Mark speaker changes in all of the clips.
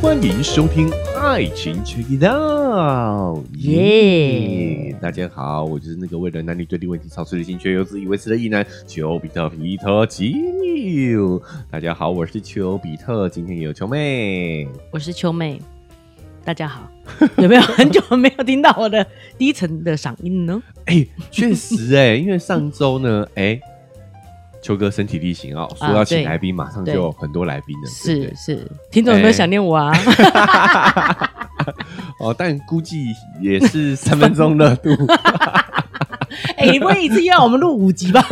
Speaker 1: 欢迎收听《爱情 Check It Out》，耶！
Speaker 2: 嗯
Speaker 1: 大家好，我就是那个为了男女对立问题操碎了心却又自以为是的异男丘比特皮特丘。大家好，我是丘比特，今天也有丘 妹。
Speaker 2: 我是秋妹，大家好。 有没有很久没有听到我的低沉的嗓音呢？
Speaker 1: 哎、确实哎、因为上周呢，哎、秋哥身体力行哦，说
Speaker 2: 啊
Speaker 1: 要请
Speaker 2: 对
Speaker 1: 来宾，马上就
Speaker 2: 对
Speaker 1: 有很多来宾了，对不对
Speaker 2: 是是，听众有没有想念我啊？
Speaker 1: 哦，但估计也是三分钟热 度，
Speaker 2: 哎、你不会一次要我们录五集 吧？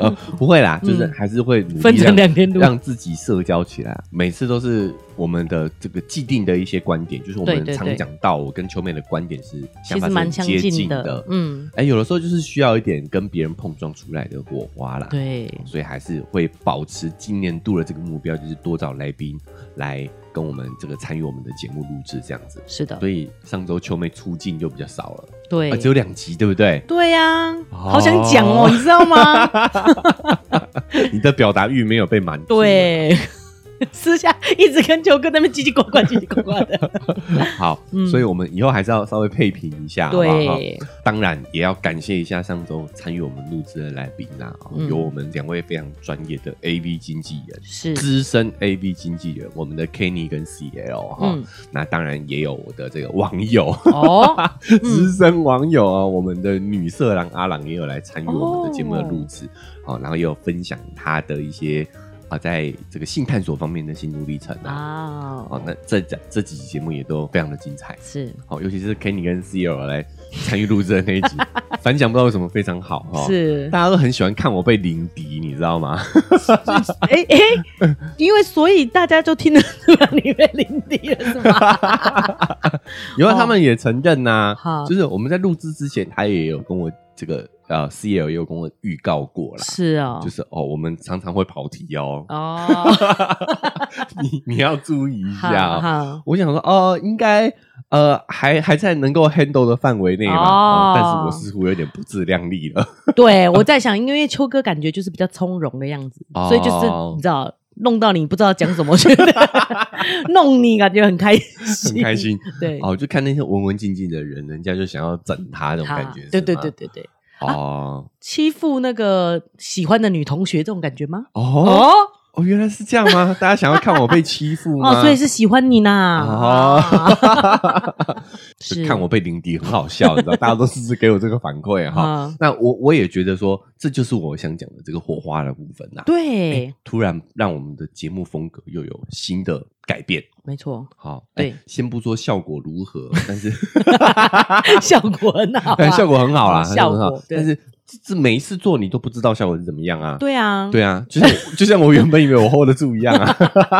Speaker 1: 呃不会啦，就是
Speaker 2: 嗯
Speaker 1: 还是会努
Speaker 2: 分
Speaker 1: 力
Speaker 2: 成
Speaker 1: 让
Speaker 2: 两天录。
Speaker 1: 让自己社交起来。啊每次都是我们的这个既定的一些观点，就是我
Speaker 2: 对
Speaker 1: 们
Speaker 2: 对对
Speaker 1: 常讲到，我跟秋妹的观点是
Speaker 2: 其
Speaker 1: 想法
Speaker 2: 实
Speaker 1: 是
Speaker 2: 蛮
Speaker 1: 很
Speaker 2: 相
Speaker 1: 接近
Speaker 2: 的
Speaker 1: 的，。
Speaker 2: 嗯，
Speaker 1: 哎，有的时候就是需要一点跟别人碰撞出来的火花啦。
Speaker 2: 对，
Speaker 1: 所以还是会保持今年度的这个目标，就是多找来宾来跟我们这个参与我们的节目录制这样子。
Speaker 2: 是的，
Speaker 1: 所以上周秋妹出镜就比较少了，
Speaker 2: 对
Speaker 1: 啊，，只有两集，对不对？
Speaker 2: 对呀、
Speaker 1: 哦
Speaker 2: 好想讲哦，你知道吗？
Speaker 1: 你的表达欲没有被满足。，
Speaker 2: 对， 私下一直跟秋哥那边叽叽呱呱、叽叽呱呱的。
Speaker 1: 好，
Speaker 2: 嗯
Speaker 1: 所以我们以后还是要稍微配平一下， 好不好哈？
Speaker 2: 对，
Speaker 1: 当然也要感谢一下上周参与我们录制的来宾啊，哦
Speaker 2: 嗯
Speaker 1: 有我们两位非常专业的 AV 经纪人。
Speaker 2: 是，
Speaker 1: 资深 AV 经纪人，我们的 Kenny 跟 CL 哈、
Speaker 2: 嗯，
Speaker 1: 那当然也有我的这个网友，
Speaker 2: 哦，
Speaker 1: 资深网友啊，我们的女色狼阿朗也有来参与我们的节目的录制，
Speaker 2: 哦
Speaker 1: 好、然后也有分享他的一些啊，在这个性探索方面的心路历程啊。
Speaker 2: 啊，
Speaker 1: 哦，那这这这几集节目也都非常的精彩，
Speaker 2: 是
Speaker 1: 好、哦尤其是 Kenny 跟 CL 来参与录制的那一 集，反响不知道为什么非常好哈、哦，
Speaker 2: 是，
Speaker 1: 大家都很喜欢看我被凌敌，你知道 吗？
Speaker 2: 哎哎、因为所以大家就听得出来你被领敌了，是吗？
Speaker 1: 因为
Speaker 2: 哦
Speaker 1: 啊 他们也承认呐、
Speaker 2: 好
Speaker 1: 就是我们在录制之前，他也有跟我这个呃 CL 也有跟我预告过啦，
Speaker 2: 是哦
Speaker 1: 就，是哦，我们常常会跑题哦，
Speaker 2: 哦，
Speaker 1: 你你要注意一下
Speaker 2: 好
Speaker 1: 哦。
Speaker 2: 好，
Speaker 1: 我想说哦，应该呃还还在能够 handle 的范围内嘛、哦
Speaker 2: 哦
Speaker 1: 但是我似乎有点不自量力了。
Speaker 2: 对我在想，因为秋哥感觉就是比较从容的样子，
Speaker 1: 哦
Speaker 2: 所以就是你知道。弄到你不知道讲什么，觉 得弄你感觉很开心，
Speaker 1: 很开，心
Speaker 2: 对，
Speaker 1: 哦，就看那些文文静静的人，人家就想要整他那种感觉，
Speaker 2: 啊对对对
Speaker 1: 是吗
Speaker 2: 对对，
Speaker 1: 哦、
Speaker 2: 欺负那个喜欢的女同学这种感觉吗？
Speaker 1: 哦
Speaker 2: 哦
Speaker 1: 哦，原来是这样吗？大家想要看我被欺负吗？
Speaker 2: 哦，所以是喜欢你呐，
Speaker 1: 哦
Speaker 2: 啊 是
Speaker 1: 看我被凌敌很好笑，你知道，大家都是给我这个反馈哈。
Speaker 2: 啊，
Speaker 1: 那我我也觉得说，这就是我想讲的这个火花的部分呐、
Speaker 2: 对，
Speaker 1: 突然让我们的节目风格又有新的改变。
Speaker 2: 没错，
Speaker 1: 好，哎
Speaker 2: 对
Speaker 1: 先不说效果如何，但是
Speaker 2: 效果很好啊，
Speaker 1: 但 哎效果很好啦，
Speaker 2: 好
Speaker 1: 效果很
Speaker 2: 效
Speaker 1: 好
Speaker 2: 果。对
Speaker 1: 但是这这每一次做你都不知道效果是怎么样啊？
Speaker 2: 对啊，
Speaker 1: 对啊，就像就像我原本以为我 hold 得住一样啊，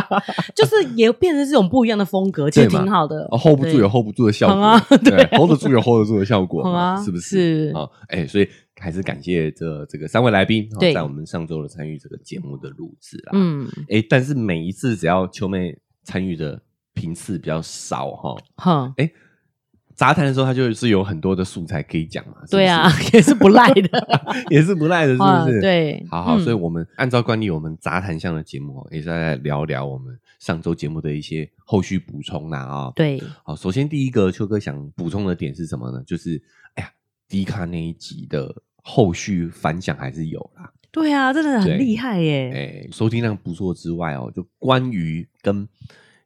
Speaker 2: 就是也变成这种不一样的风格，其实
Speaker 1: 对嘛
Speaker 2: 挺好的。
Speaker 1: 哦 hold 不住有
Speaker 2: 对
Speaker 1: hold 不住的效
Speaker 2: 好啊
Speaker 1: 果，
Speaker 2: 对啊
Speaker 1: hold 得住有 hold 得住的效果
Speaker 2: 好
Speaker 1: 嘛，
Speaker 2: 啊
Speaker 1: 是不是
Speaker 2: 是？
Speaker 1: 啊，哎，所以还是感谢这这个三位来宾哦
Speaker 2: 对
Speaker 1: 在我们上周的参与这个节目的录制啦。
Speaker 2: 嗯，
Speaker 1: 哎，但是每一次只要秋妹参与的频次比较少哈，
Speaker 2: 哼，
Speaker 1: 哎杂谈的时候，他就是有很多的素材可以讲嘛。是不是
Speaker 2: 对啊，， 也是不赖的，
Speaker 1: 也是不 赖的，是
Speaker 2: 啊
Speaker 1: 不是？，
Speaker 2: 对，
Speaker 1: 好好，
Speaker 2: 嗯
Speaker 1: 所以我们按照惯例，我们杂谈向的节目哦也是在聊聊我们上周节目的一些后续补充啦啊、
Speaker 2: 对，
Speaker 1: 好，首先第一个秋哥想补充的点是什么呢？就是哎呀，迪卡那一集的后续反响还是有啦，
Speaker 2: 对啊，真的
Speaker 1: 对
Speaker 2: 很厉害耶，
Speaker 1: 哎，收听量不错之外哦，就关于跟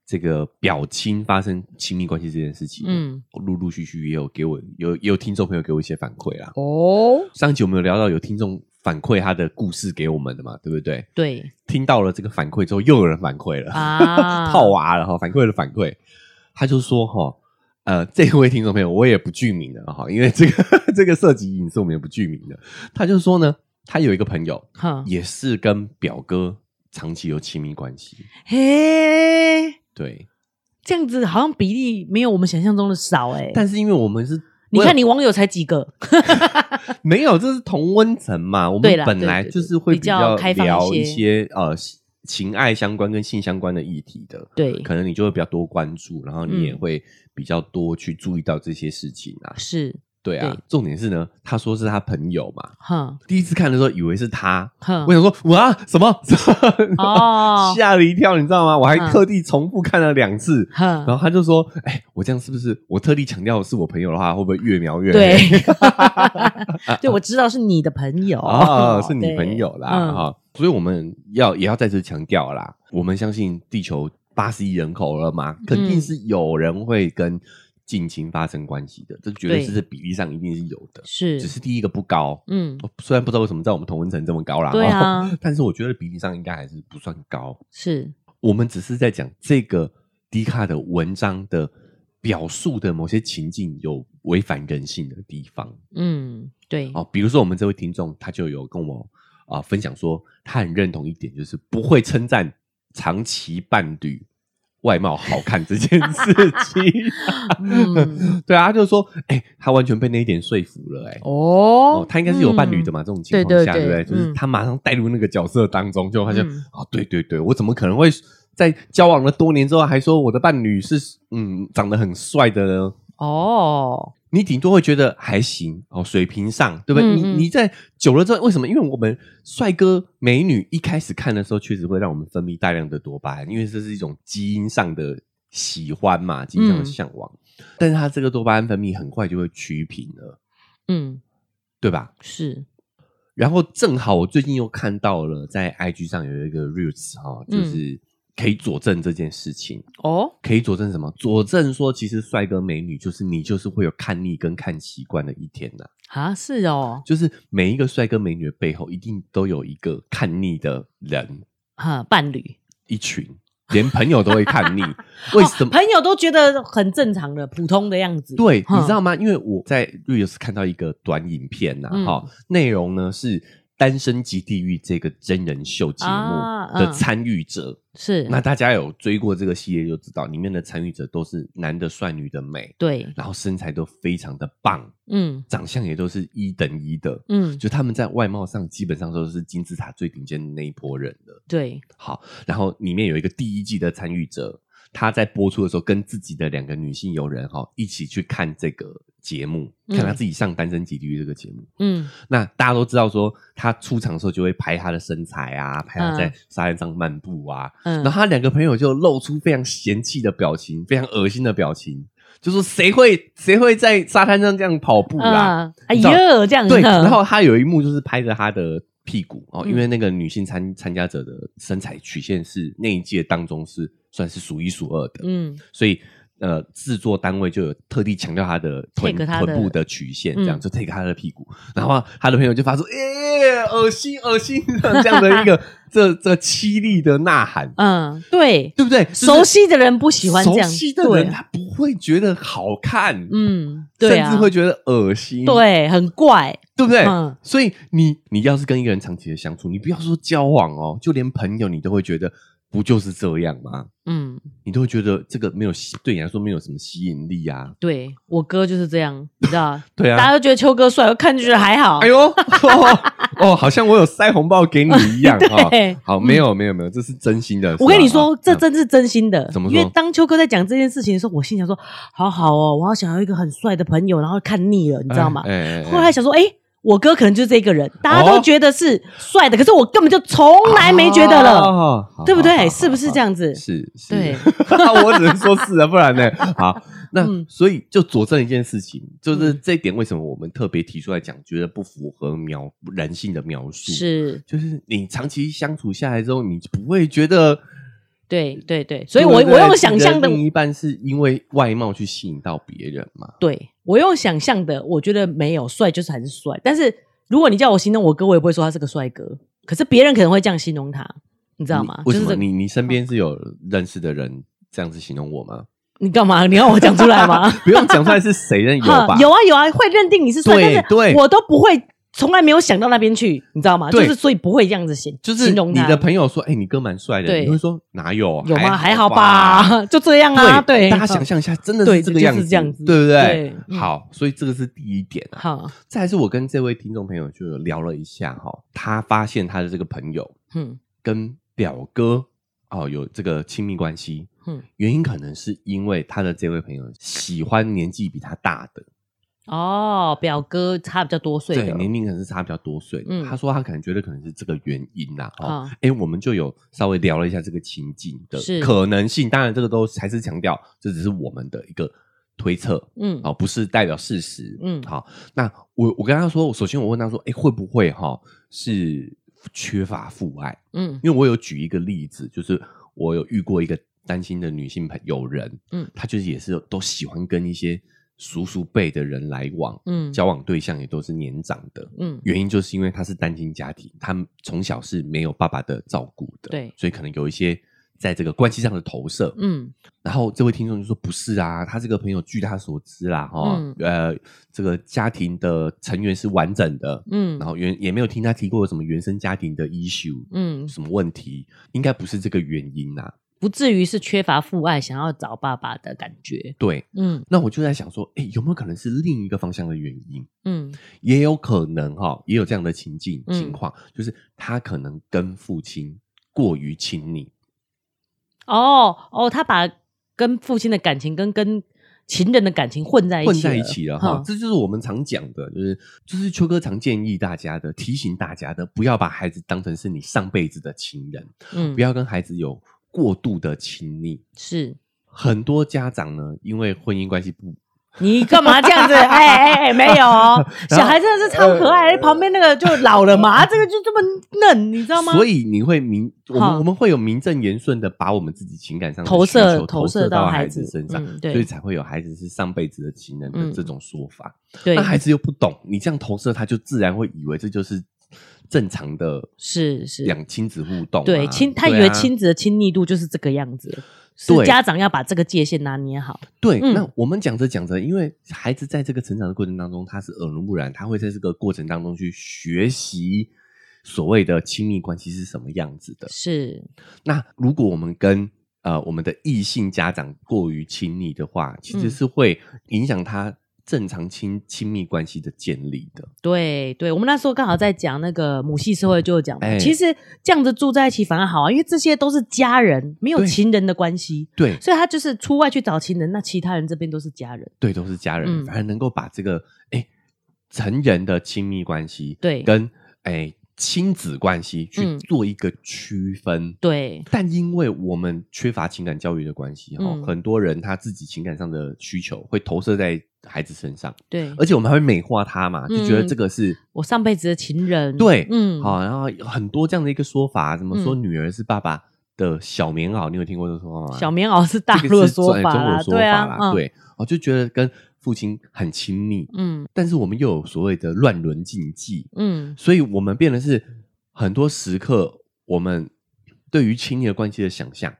Speaker 1: 这个表亲发生亲密关系这件事情，嗯，
Speaker 2: 嗯，
Speaker 1: 陆陆续续也有给我有也有听众朋友给我一些反馈啦。
Speaker 2: 哦，
Speaker 1: 上集我们有聊到有听众反馈他的故事给我们的嘛，对不对？
Speaker 2: 对
Speaker 1: 听到了这个反馈之后，又有人反馈了，
Speaker 2: 啊，
Speaker 1: 套娃了哈，反馈了反馈，他就说哈，呃， 这位听众朋友我也不具名了哈，因为这个 这个涉及隐私，我们也不具名的。他就说呢，他有一个朋友
Speaker 2: 哼，
Speaker 1: 也是跟表哥长期有亲密关系，
Speaker 2: 嘿，
Speaker 1: 对，
Speaker 2: 这样子好像比例没有我们想象中的少哎，
Speaker 1: 但是因为我们是。
Speaker 2: 你看你网友才几个，
Speaker 1: 没有，这是同温层嘛。我
Speaker 2: 对
Speaker 1: 们
Speaker 2: 啦
Speaker 1: 本来
Speaker 2: 对对对
Speaker 1: 就是会
Speaker 2: 比较开放一
Speaker 1: 聊
Speaker 2: 些
Speaker 1: 些呃情爱相关跟性相关的议题的，
Speaker 2: 对，
Speaker 1: 可能你就会比较多关注，然后你也
Speaker 2: 嗯
Speaker 1: 会比较多去注意到这些事情啊。
Speaker 2: 是，
Speaker 1: 对啊
Speaker 2: 对，
Speaker 1: 重点是呢，他说是他朋友嘛，
Speaker 2: 哼
Speaker 1: 第一次看的时候以为是他，
Speaker 2: 哼
Speaker 1: 我，想说哇什么，什么，
Speaker 2: 嗯 哦
Speaker 1: 吓了一跳，你知道吗？我还
Speaker 2: 嗯
Speaker 1: 特地重复看了两次。
Speaker 2: 哼，
Speaker 1: 然后他就说：“哎、我这样是不是？我特地强调是我朋友的话，会不会越描越
Speaker 2: 对
Speaker 1: 黑？，
Speaker 2: 对，我知道是你的朋友
Speaker 1: 啊，是你朋友啦
Speaker 2: 哦对嗯
Speaker 1: 哈、所以我们要也要再次强调啦，我们相信地球八十亿人口了嘛，
Speaker 2: 嗯
Speaker 1: 肯定是有人会跟近亲发生关系的，这绝对
Speaker 2: 对
Speaker 1: 是这比例上一定是有的，
Speaker 2: 是
Speaker 1: 只，是第一个不高，
Speaker 2: 嗯，
Speaker 1: 哦虽然不知道为什么在我们同文层这么高啦，
Speaker 2: 对啊
Speaker 1: 哦但是我觉得比例上应该还是不算高。
Speaker 2: 是，
Speaker 1: 我们只是在讲这个迪卡的文章的表述的某些情境有违反人性的地方。
Speaker 2: 嗯，对，
Speaker 1: 哦，比如说我们这位听众，他就有跟我啊、分享说，他很认同一点，就是不会称赞长期伴侣外貌好看这件事情。
Speaker 2: 嗯，
Speaker 1: 对啊，他就说，哎、他完全被那一点说服了、哎。哦
Speaker 2: 哦，，
Speaker 1: 他应该是有伴侣的嘛？这种情况
Speaker 2: 对对
Speaker 1: 下，对
Speaker 2: 对
Speaker 1: 不对？就是
Speaker 2: 嗯
Speaker 1: 他马上带入那个角色当中，就发现
Speaker 2: 嗯
Speaker 1: 啊，对对对，我怎么可能会在交往了多年之后还说我的伴侣是嗯长得很帅的呢？
Speaker 2: 哦，
Speaker 1: 你顶多会觉得还行哦，水平上，对不对？
Speaker 2: 嗯嗯
Speaker 1: 你你在久了之后，为什么？因为我们帅哥美女一开始看的时候，确实会让我们分泌大量的多巴胺，因为这是一种基因上的喜欢嘛，基因上的
Speaker 2: 嗯
Speaker 1: 向往。但是它这个多巴胺分泌很快就会趋平了，
Speaker 2: 嗯，
Speaker 1: 对吧？
Speaker 2: 是，
Speaker 1: 然后正好我最近又看到了，在 IG 上有一个 reels 哈、哦，
Speaker 2: 嗯
Speaker 1: 就是可以佐证这件事情。
Speaker 2: 哦，
Speaker 1: 可以佐证什么？佐证说，其实帅哥美女就是你，就是会有看腻跟看习惯的一天呐、
Speaker 2: 啊，是哦，
Speaker 1: 就是每一个帅哥美女的背后，一定都有一个看腻的人，
Speaker 2: 哈，伴侣，
Speaker 1: 一群，连朋友都会看 腻。为什么？
Speaker 2: 哦朋友都觉得很正常的、普通的样子。
Speaker 1: 对，
Speaker 2: 哼
Speaker 1: 你知道吗？因为我在 Reels 看到一个短影片呐、
Speaker 2: 嗯
Speaker 1: 哈、内容呢是《单身即地狱》这个真人秀节
Speaker 2: 啊
Speaker 1: 目的
Speaker 2: 嗯
Speaker 1: 参与者。
Speaker 2: 是
Speaker 1: 那大家有追过这个系列就知道，里面的参与者都是男的帅，女的美，
Speaker 2: 对，
Speaker 1: 然后身材都非常的棒，
Speaker 2: 嗯
Speaker 1: 长相也都是一等一的。
Speaker 2: 嗯，
Speaker 1: 就他们在外貌上基本上都是金字塔最顶尖的那一波人了。
Speaker 2: 对，
Speaker 1: 好，然后里面有一个第一季的参与者，他在播出的时候跟自己的两个女性友人哈、一起去看这个节目，
Speaker 2: 嗯
Speaker 1: 看他自己上《单身即地狱》这个节目。
Speaker 2: 嗯
Speaker 1: 那大家都知道说，他出场的时候就会拍他的身材啊，拍他在
Speaker 2: 嗯
Speaker 1: 沙滩上漫步啊，
Speaker 2: 嗯，
Speaker 1: 然后他两个朋友就露出非常嫌弃的表情，非常恶心的表情，就说谁会谁会在沙滩上这样跑步啦、
Speaker 2: 啊，哎
Speaker 1: 你知道
Speaker 2: 呦，这样
Speaker 1: 对，
Speaker 2: 子
Speaker 1: 然后他有一幕就是拍着他的屁股哦，因为
Speaker 2: 嗯
Speaker 1: 那个女性参参加者的身材曲线是那一届当中是算是数一数二的，
Speaker 2: 嗯
Speaker 1: 所以呃，制作单位就有特地强调他的臀
Speaker 2: Take 他的
Speaker 1: 臀部的曲线，这样、
Speaker 2: 嗯
Speaker 1: 就 take 他的屁股，然后他的朋友就发出耶恶心恶心 这样的一个这这凄厉的呐喊，
Speaker 2: 嗯，对，
Speaker 1: 对不对？就是
Speaker 2: 熟悉的人不喜欢这样，
Speaker 1: 熟悉的
Speaker 2: 对啊
Speaker 1: 人他不会觉得好看，
Speaker 2: 嗯，对啊
Speaker 1: 甚至，会哎觉得恶心，
Speaker 2: 对，很怪，
Speaker 1: 对不对？
Speaker 2: 嗯
Speaker 1: 所以你你要是跟一个人长期的相处，你不要说交往哦，就连朋友你都会觉得不就是这样吗？
Speaker 2: 嗯，
Speaker 1: 你都会觉得这个没有吸对你来说没有什么吸引力啊。
Speaker 2: 对我哥就是这样，你知道，
Speaker 1: 对啊
Speaker 2: 大家都觉得秋哥帅，我看就觉得还好
Speaker 1: 哎，呦， 哦，哦好像我有塞红包给你一样哈、
Speaker 2: 对嗯
Speaker 1: 好，没有没有没有，这是真心的。啊嗯
Speaker 2: 我跟你
Speaker 1: 是吧
Speaker 2: 说，这真是真心的。
Speaker 1: 怎么
Speaker 2: 因
Speaker 1: 说
Speaker 2: 为当秋哥在讲这件事情的时候，我心想说：“好好哦，我好想要一个很帅的朋友，然后看腻了，你知道吗？”
Speaker 1: 哎哎哎哎
Speaker 2: 后来想说：“哎、我哥可能就是这个人，大家
Speaker 1: 哦
Speaker 2: 都觉得是帅的，可是我根本就从来没觉得了，
Speaker 1: 哦好
Speaker 2: 对不
Speaker 1: 好好
Speaker 2: 对？
Speaker 1: 好
Speaker 2: 是不是
Speaker 1: 好
Speaker 2: 这样子？
Speaker 1: 是，是
Speaker 2: 对，
Speaker 1: 我只能说是 啊，不然呢？好，那、
Speaker 2: 嗯
Speaker 1: 所以就佐证一件事情，就是
Speaker 2: 嗯
Speaker 1: 这一点为什么我们特别提出来讲，觉得不符合描人性的描述，
Speaker 2: 是，
Speaker 1: 就是你长期相处下来之后，你不会觉得，
Speaker 2: 对对对，所以
Speaker 1: 对
Speaker 2: 我
Speaker 1: 不对
Speaker 2: 我用想象的
Speaker 1: 你，另一半是因为外貌去吸引到别人嘛？
Speaker 2: 对我用想象的，我觉得没有帅就是很帅。但是如果你叫我形容我哥，我也不会说他是个帅哥，可是别人可能会这样形容他，你知道吗？
Speaker 1: 你为什么
Speaker 2: 就是这嗯
Speaker 1: 你你身边是有认识的人这样子形容我吗？
Speaker 2: 你干嘛？你要我讲出来吗？
Speaker 1: 不用讲出来是谁 认有
Speaker 2: 哈，
Speaker 1: 吧？
Speaker 2: 有啊有啊，会认定你是帅，
Speaker 1: 对
Speaker 2: 但
Speaker 1: 对
Speaker 2: 是我都不会，从来没有想到那边去，你知道吗？就
Speaker 1: 对
Speaker 2: 是所以不会这样子形，
Speaker 1: 就是
Speaker 2: 形容
Speaker 1: 你
Speaker 2: 他
Speaker 1: 的朋友说：“哎、你哥蛮帅的。”
Speaker 2: 对
Speaker 1: 你会说：“哪有？
Speaker 2: 有吗？还
Speaker 1: 好
Speaker 2: 好？吧， 就这样啊，
Speaker 1: 对，
Speaker 2: 对，
Speaker 1: 大家想象一下，真的
Speaker 2: 对
Speaker 1: 是这个样
Speaker 2: 就是这样子
Speaker 1: 对不对？
Speaker 2: 对嗯
Speaker 1: 好，所以这个是第一点啊。
Speaker 2: 好，好，
Speaker 1: 再来是我跟这位听众朋友就有聊了一下哈、他发现他的这个朋友
Speaker 2: 嗯
Speaker 1: 跟表哥哦有这个亲密关系，
Speaker 2: 嗯，
Speaker 1: 原因可能是因为他的这位朋友喜欢年纪比他大的，
Speaker 2: 哦，表哥差比较多岁
Speaker 1: 对
Speaker 2: 的，
Speaker 1: 年龄可能是差比较多岁的。
Speaker 2: 嗯
Speaker 1: 他说他可能觉得可能是这个原因啦。哦，
Speaker 2: 啊，
Speaker 1: 哎、我们就有稍微聊了一下这个情境的
Speaker 2: 是
Speaker 1: 可能性，当然这个都还是强调这只是我们的一个推测。
Speaker 2: 嗯，
Speaker 1: 哦好、不是代表事实。
Speaker 2: 嗯
Speaker 1: 好，那我我跟他说，我首先我问他说，哎、会不会哈、是缺乏父爱？
Speaker 2: 嗯
Speaker 1: 因为我有举一个例子，就是我有遇过一个单亲的女性朋友人，
Speaker 2: 嗯
Speaker 1: 嗯，她就是也是都喜欢跟一些叔叔辈的人来往，
Speaker 2: 嗯
Speaker 1: 交往对象也都是年长的。
Speaker 2: 嗯，
Speaker 1: 原因就是因为她是单亲家庭，她们从小是没有爸爸的照顾的，
Speaker 2: 对
Speaker 1: 所以可能有一些在这个关系上的投射，
Speaker 2: 嗯
Speaker 1: 然后这位听众就说：“不是啊，他这个朋友据他所知啦，哈、
Speaker 2: 嗯
Speaker 1: 呃，这个家庭的成员是完整的，然
Speaker 2: 嗯
Speaker 1: 后原也没有听他提过有什么原生家庭的 issue，
Speaker 2: 嗯，
Speaker 1: 什么问题，应该不是这个原因呐、
Speaker 2: 不至于是缺乏父爱，想要找爸爸的感觉。
Speaker 1: 对，
Speaker 2: 嗯
Speaker 1: 那我就在想说，哎，有没有可能是另一个方向的原因？
Speaker 2: 嗯
Speaker 1: 也有可能哈、也有这样的情境
Speaker 2: 嗯
Speaker 1: 情况，就是他可能跟父亲过于亲密，
Speaker 2: 哦哦，他把跟父亲的感情跟跟情人的感情混在一起，
Speaker 1: 混在一起了哈
Speaker 2: 嗯，
Speaker 1: 这就是我们常讲的，就是就是秋哥常建议大家的，提醒大家的，不要把孩子当成是你上辈子的情人，
Speaker 2: 嗯，
Speaker 1: 不要跟孩子有过度的亲密。
Speaker 2: 是
Speaker 1: 很多家长呢，因为婚姻关系不
Speaker 2: 你干嘛这 样子？哎哎哎，没有哦，小孩真的是超可
Speaker 1: 呃
Speaker 2: 爱，旁边那个就老了嘛，啊这个就这么嫩，你知道吗？
Speaker 1: 所以你会名我
Speaker 2: 好
Speaker 1: 们我们会有名正言顺的把我们自己情感上的
Speaker 2: 投
Speaker 1: 需
Speaker 2: 射
Speaker 1: 求
Speaker 2: 投
Speaker 1: 投
Speaker 2: 射
Speaker 1: 射
Speaker 2: 到
Speaker 1: 到
Speaker 2: 孩
Speaker 1: 孩
Speaker 2: 子
Speaker 1: 子身上
Speaker 2: 嗯，对
Speaker 1: 所以才会有孩子是上辈子的情人的
Speaker 2: 嗯
Speaker 1: 这种说法。
Speaker 2: 对
Speaker 1: 那，孩子又不懂，你这样投射，他就自然会以为这就是正常的
Speaker 2: 是是
Speaker 1: 两亲子互动啊、
Speaker 2: 对亲，他以
Speaker 1: 对
Speaker 2: 为
Speaker 1: 啊
Speaker 2: 亲子的亲密度就是这个样子，是
Speaker 1: 对
Speaker 2: 家长要把这个界限拿捏好。
Speaker 1: 对，
Speaker 2: 嗯
Speaker 1: 那我们讲着讲着，因为孩子在这个成长的过程当中，他是耳濡目染，他会在这个过程当中去学习所谓的亲密关系是什么样子的。
Speaker 2: 是，
Speaker 1: 那如果我们跟呃我们的异性家长过于亲密的话，其
Speaker 2: 嗯
Speaker 1: 实是会影响他正常亲亲密关系的建立的。
Speaker 2: 对对，我们那时候刚好在讲那个母系社会，就有讲嘛，
Speaker 1: 哎
Speaker 2: 其实这样子住在一起反而好啊，因为这些都是家人，没有
Speaker 1: 对
Speaker 2: 情人的关系，
Speaker 1: 对
Speaker 2: 所以他就是出外去找情人，那其他人这边都是家人。
Speaker 1: 对，都是家人，
Speaker 2: 嗯
Speaker 1: 反而能够把这个哎成人的亲密关系
Speaker 2: 对
Speaker 1: 跟哎亲子关系去
Speaker 2: 嗯
Speaker 1: 做一个区分。
Speaker 2: 对，
Speaker 1: 但因为我们缺乏情感教育的关系，哈、
Speaker 2: 嗯
Speaker 1: 很多人他自己情感上的需求会投射在孩子身上，
Speaker 2: 对，
Speaker 1: 而且我们还会美化他嘛，就觉得这个是、
Speaker 2: 我上辈子的情人，
Speaker 1: 对，
Speaker 2: 嗯，
Speaker 1: 好、然后有很多这样的一个说法，怎么说
Speaker 2: 嗯
Speaker 1: 女儿是爸爸的小棉袄？你有听过这个说法吗？
Speaker 2: 小棉袄是大
Speaker 1: 这
Speaker 2: 陆
Speaker 1: 个
Speaker 2: 的
Speaker 1: 是
Speaker 2: 说
Speaker 1: 中
Speaker 2: 法
Speaker 1: 中国
Speaker 2: 啦，
Speaker 1: 的说
Speaker 2: 对
Speaker 1: 法啦，
Speaker 2: 啊，嗯，
Speaker 1: 对，我、就觉得跟父亲很亲密，
Speaker 2: 嗯
Speaker 1: 但是我们又有所谓的乱伦禁忌，
Speaker 2: 嗯，
Speaker 1: 所以我们变得是很多时刻，我们对于亲密的关系的想象。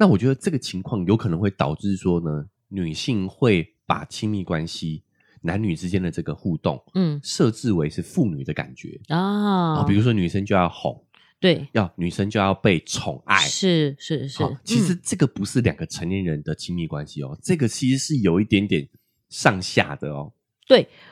Speaker 1: 那我觉得这个情况有可能会导致说呢，女性会把亲密关系、男女之间的这个互动
Speaker 2: 嗯
Speaker 1: 设置为是妇女的感觉啊、
Speaker 2: 啊，
Speaker 1: 比如说女生就要哄，
Speaker 2: 对，
Speaker 1: 要女生就要被宠爱。
Speaker 2: 是是是
Speaker 1: 好，其实
Speaker 2: 嗯
Speaker 1: 这个不是两个成年人的亲密关系哦，这个其实是有一点点上下的哦。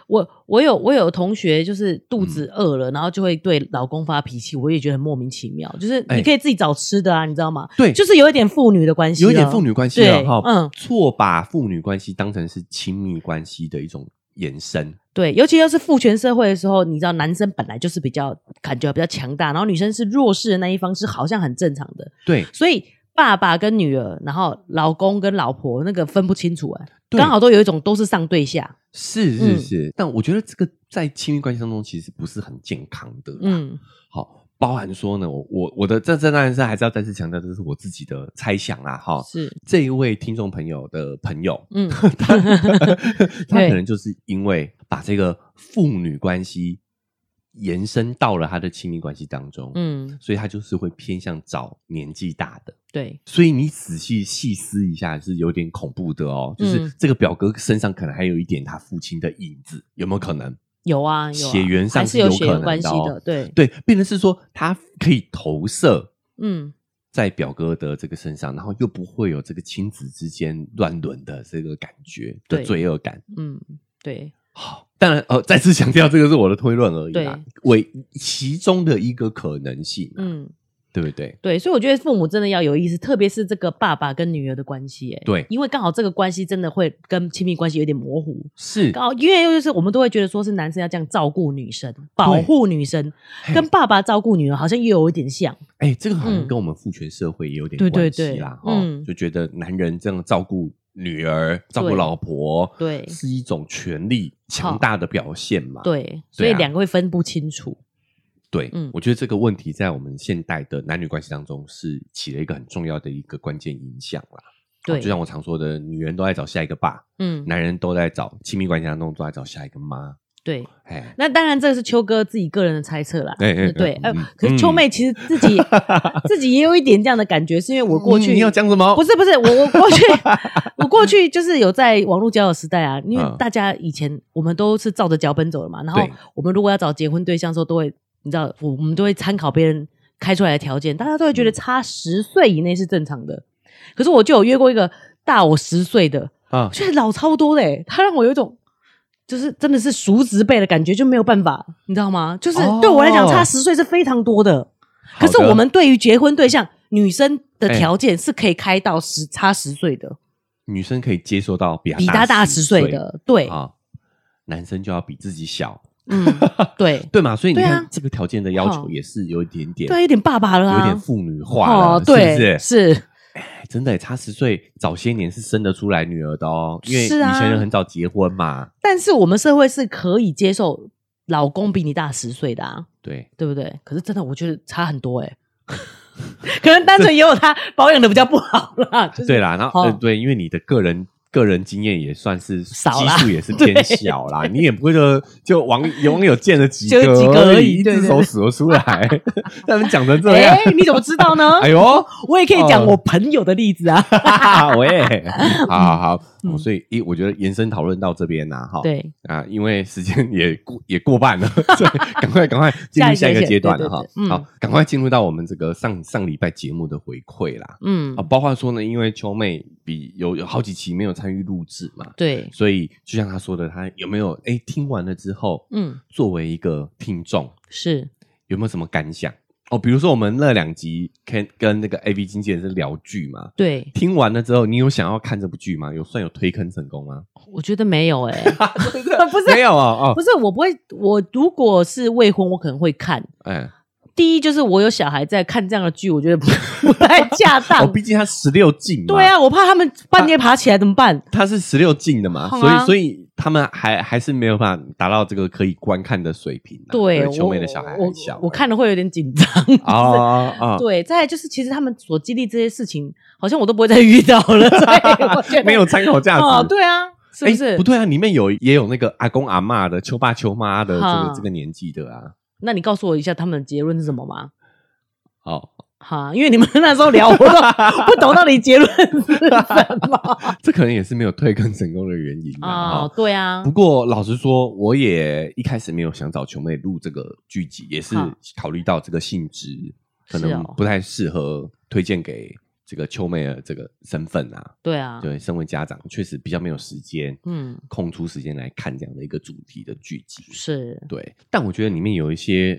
Speaker 2: 我我有我有同学就是
Speaker 1: 嗯
Speaker 2: 肚子饿了，然后就会对老公发脾气，我也觉得很莫名其妙。就是你
Speaker 1: 哎
Speaker 2: 可以自己找吃的啊，你知道吗？
Speaker 1: 对，
Speaker 2: 就是有一点父女的关系了，
Speaker 1: 有一点父女关系
Speaker 2: 对
Speaker 1: 了哈，
Speaker 2: 嗯
Speaker 1: 错把父女关系当成是亲密关系的一种延伸，
Speaker 2: 对，尤其要是父权社会的时候，你知道男生本来就是比较感觉比较强大，然后女生是弱势的那一方，是好像很正常的。
Speaker 1: 对，
Speaker 2: 所以爸爸跟女儿，然后老公跟老婆那个分不清楚哎、
Speaker 1: 对
Speaker 2: 刚好都有一种都是上对下，
Speaker 1: 是
Speaker 2: 嗯
Speaker 1: 是是，但我觉得这个在亲密关系当中其实不是很健康的，嗯，
Speaker 2: 嗯
Speaker 1: 好，包含说呢，我我我的这这当然是还是要再次强调，这是我自己的猜想啦，哈，
Speaker 2: 是
Speaker 1: 这一位听众朋友的朋 友，
Speaker 2: 嗯
Speaker 1: 他他
Speaker 2: 对
Speaker 1: 可能就是因为把这个父女关系延伸到了他的亲密关系当中，
Speaker 2: 嗯
Speaker 1: 所以他就是会偏向找年纪大的。
Speaker 2: 对
Speaker 1: 所以你仔细细思一下，是有点恐怖的哦。就是
Speaker 2: 嗯
Speaker 1: 这个表哥身上可能还有一点他父亲的影子，有没有可能？
Speaker 2: 有啊有啊
Speaker 1: 血缘上
Speaker 2: 还
Speaker 1: 是
Speaker 2: 是有
Speaker 1: 有
Speaker 2: 血
Speaker 1: 可
Speaker 2: 缘
Speaker 1: 能
Speaker 2: 关系
Speaker 1: 的哦
Speaker 2: 的，对
Speaker 1: 对，变成是说他可以投射
Speaker 2: 嗯
Speaker 1: 在表哥的这个身上，然后又不会有这个亲子之间乱伦的这个感觉的
Speaker 2: 对
Speaker 1: 罪恶感。
Speaker 2: 嗯对
Speaker 1: 好，当然，呃，再次强调，这个是我的推论而已啦
Speaker 2: 对，
Speaker 1: 为其中的一个可能性啊、
Speaker 2: 嗯
Speaker 1: 对不对？
Speaker 2: 对，所以我觉得父母真的要有意思，特别是这个爸爸跟女儿的关系、哎，
Speaker 1: 对
Speaker 2: 因为刚好这个关系真的会跟亲密关系有点模糊。
Speaker 1: 是，
Speaker 2: 刚好因为就是我们都会觉得说是男生要这样照顾女生、保护女生，
Speaker 1: 嘿
Speaker 2: 跟爸爸照顾女儿好像又有一点像。
Speaker 1: 哎，这个好像
Speaker 2: 嗯
Speaker 1: 跟我们父权社会也有点
Speaker 2: 对对
Speaker 1: 关系啦，
Speaker 2: 对
Speaker 1: 哦
Speaker 2: 嗯，
Speaker 1: 就觉得男人这样照顾女儿、照顾
Speaker 2: 对
Speaker 1: 老婆，
Speaker 2: 对
Speaker 1: 是一种权力强大的表现嘛？
Speaker 2: 对，所以
Speaker 1: 对啊哦
Speaker 2: 两个会分不清楚。
Speaker 1: 对，
Speaker 2: 嗯
Speaker 1: 我觉得这个问题在我们现代的男女关系当中是起了一个很重要的一个关键影响啦。
Speaker 2: 对，
Speaker 1: 就像我常说的，女人都在找下一个爸，
Speaker 2: 嗯，
Speaker 1: 男人都在找亲密关系当中都在找下一个妈。
Speaker 2: 对。
Speaker 1: 哎，
Speaker 2: 那当然，这个是秋哥自己个人的猜测啦。
Speaker 1: 哎哎哎
Speaker 2: 对，呃
Speaker 1: 嗯，
Speaker 2: 可是秋妹其实自 己自己也有一点这样的感觉，是因为我过
Speaker 1: 嗯
Speaker 2: 去
Speaker 1: 你要讲什么？
Speaker 2: 不
Speaker 1: 是，
Speaker 2: 是不是，我我过去我过去就是有在网络交友时代啊，因为
Speaker 1: 嗯
Speaker 2: 大家以前我们都是照着脚本走的嘛，然后
Speaker 1: 对
Speaker 2: 我们如果要找结婚对象的时候，都会你知道，我我们都会参考别人开出来的条件，大家都会
Speaker 1: 嗯
Speaker 2: 觉得差十岁以内是正常的。可是我就有约过一个大我十岁的，
Speaker 1: 啊
Speaker 2: 我，觉得老超多的、欸，他让我有一种。就是真的是熟植辈的感觉，就没有办法，你知道吗？就是
Speaker 1: 哦
Speaker 2: 对我来讲，差十岁是非常多的。可是
Speaker 1: 好的
Speaker 2: 我们对于结婚对象，女生的
Speaker 1: 哎
Speaker 2: 条件是可以开到十差十岁的，
Speaker 1: 女生可以接受到比
Speaker 2: 比
Speaker 1: 她
Speaker 2: 他大
Speaker 1: 10
Speaker 2: 十岁的，对，
Speaker 1: 啊，男生就要比自己小，
Speaker 2: 嗯， 对，
Speaker 1: 对嘛？所以你
Speaker 2: 对
Speaker 1: 看
Speaker 2: 啊
Speaker 1: 这个条件的要求
Speaker 2: 哦
Speaker 1: 也是有一点点，
Speaker 2: 对啊，有点爸爸了
Speaker 1: 有一点
Speaker 2: 啊，
Speaker 1: 妇女化了，是不
Speaker 2: 对，
Speaker 1: 是？
Speaker 2: 是，
Speaker 1: 哎真的耶差十岁，早些年是生得出来女儿的哦，因为以
Speaker 2: 是啊
Speaker 1: 前人很早结婚嘛，
Speaker 2: 但是我们社会是可以接受老公比你大十岁的啊，
Speaker 1: 对。
Speaker 2: 对不对？可是真的，我觉得差很多哎、 可能单纯也有他保养的比较不好啦， 就是
Speaker 1: 对啦，然后、呃
Speaker 2: 哦
Speaker 1: 对，因为你的个人个人经验也算是
Speaker 2: 少
Speaker 1: 基
Speaker 2: 啦
Speaker 1: 数也 是偏小啦，你也不会就就网网友见了几
Speaker 2: 就
Speaker 1: 个
Speaker 2: 几个而已
Speaker 1: 一
Speaker 2: 对
Speaker 1: 只
Speaker 2: 对
Speaker 1: 手
Speaker 2: 对
Speaker 1: 数得出来， 他们讲成这样
Speaker 2: 哎、，你怎么知道呢？
Speaker 1: 啊 哎呦，
Speaker 2: 我也可以
Speaker 1: 哦
Speaker 2: 讲我朋友的例子啊，
Speaker 1: 哈哈，喂，好好好，
Speaker 2: 嗯
Speaker 1: 哦所以一我觉得延伸讨论到这边呐，哈，
Speaker 2: 对，
Speaker 1: 啊，因为时间也过也过半了， 所以赶快赶快进入
Speaker 2: 下
Speaker 1: 下
Speaker 2: 一
Speaker 1: 一
Speaker 2: 个
Speaker 1: 个
Speaker 2: 线
Speaker 1: 阶段了哈
Speaker 2: 对对对，嗯
Speaker 1: 好，赶快进入到我们这个上上礼拜节目的回馈啦，
Speaker 2: 嗯
Speaker 1: 啊，，包括说呢，因为秋妹比有有好几期没有参与录制嘛，
Speaker 2: 对，
Speaker 1: 所以就像她说的，她有没有哎听完了之后，
Speaker 2: 嗯，
Speaker 1: 作为一个听众，
Speaker 2: 是，
Speaker 1: 有没有什么感想？哦，比如说我们那两集跟跟那个 A V 经纪人是聊剧嘛，
Speaker 2: 对，
Speaker 1: 听完了之后，你有想要看这部剧吗？有算有推坑成功吗？
Speaker 2: 我觉得没有哎、
Speaker 1: 不是，没有哦
Speaker 2: 不是，我不会。我如果是未婚，我可能会看。
Speaker 1: 哦，哎，
Speaker 2: 第一就是我有小孩在看这样的剧，我觉 得不不太恰
Speaker 1: 哦，
Speaker 2: 当。
Speaker 1: 毕竟它十六禁嘛，
Speaker 2: 对，啊，我怕他们半夜爬起来怎么办？
Speaker 1: 它是十六禁的嘛，
Speaker 2: 好
Speaker 1: 所以
Speaker 2: 啊
Speaker 1: 所以他们还还是没有办法达到这个可以观看的水平啊。
Speaker 2: 对，
Speaker 1: 秋
Speaker 2: 我
Speaker 1: 妹的小孩
Speaker 2: 我
Speaker 1: 很小，
Speaker 2: 我看了会有点紧张。
Speaker 1: 啊啊，哦
Speaker 2: 对，再来就是，其实他们所经历这些事情，好像我都不会再遇到了，所 以我觉得
Speaker 1: 没有参考价值。
Speaker 2: 哦，对啊，是不
Speaker 1: 哎
Speaker 2: 是？
Speaker 1: 不对啊，里面有也有那个阿公阿嬷的、秋爸秋妈的这个
Speaker 2: 哈
Speaker 1: 这个年纪的啊。
Speaker 2: 那你告诉我一下他们的结论是什么吗？
Speaker 1: 哦，
Speaker 2: 哈，因为你们那时候聊，我都 不懂到底结论是什么
Speaker 1: 哦这可能也是没有推坑成功的原因啊。
Speaker 2: 啊、
Speaker 1: 哈
Speaker 2: 哦？对啊
Speaker 1: 不，过老实说，我也一开始没有想找球妹录这个剧集，也是
Speaker 2: 好
Speaker 1: 考虑到这个性质可
Speaker 2: 是
Speaker 1: 能
Speaker 2: 哦
Speaker 1: 不太适合推荐给这个秋妹的这个身份啊。
Speaker 2: 对啊，
Speaker 1: 对，身为家长，确实比较没有时间，
Speaker 2: 嗯，
Speaker 1: 空出时间来看这样的一个主题的剧集。
Speaker 2: 是，
Speaker 1: 对，但我觉得里面有一些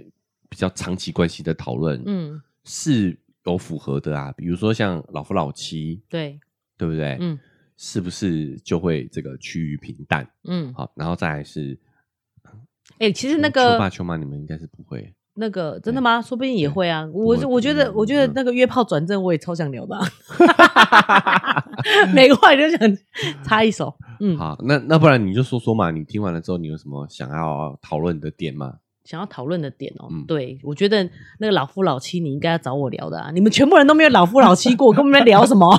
Speaker 1: 比较长期关系的讨论，
Speaker 2: 嗯，
Speaker 1: 是有符合的啊，比如说像老夫老妻，
Speaker 2: 对，
Speaker 1: 对不对？
Speaker 2: 嗯
Speaker 1: 是不是就会这个趋于平淡？
Speaker 2: 嗯，
Speaker 1: 好，然后再来是
Speaker 2: 哎、其实那
Speaker 1: 嗯秋爸
Speaker 2: 个
Speaker 1: 秋妈，你们应该是不会。
Speaker 2: 那个真的吗？说不定也会啊。我
Speaker 1: 哎会
Speaker 2: 我觉得
Speaker 1: 嗯
Speaker 2: 我觉得
Speaker 1: 嗯
Speaker 2: 那个约炮转正，我也超想 聊的啊、每个话题都
Speaker 1: 嗯
Speaker 2: 想插一手。嗯，
Speaker 1: 好，那那不然你就说说嘛，你听完了之后，你有什么想要讨论的点 吗？
Speaker 2: 想要讨论的点哦、
Speaker 1: 嗯
Speaker 2: 对我觉得那个老夫老妻，你应该要找我聊的啊。你们全部人都没有老夫老妻过，跟我们在 聊什么？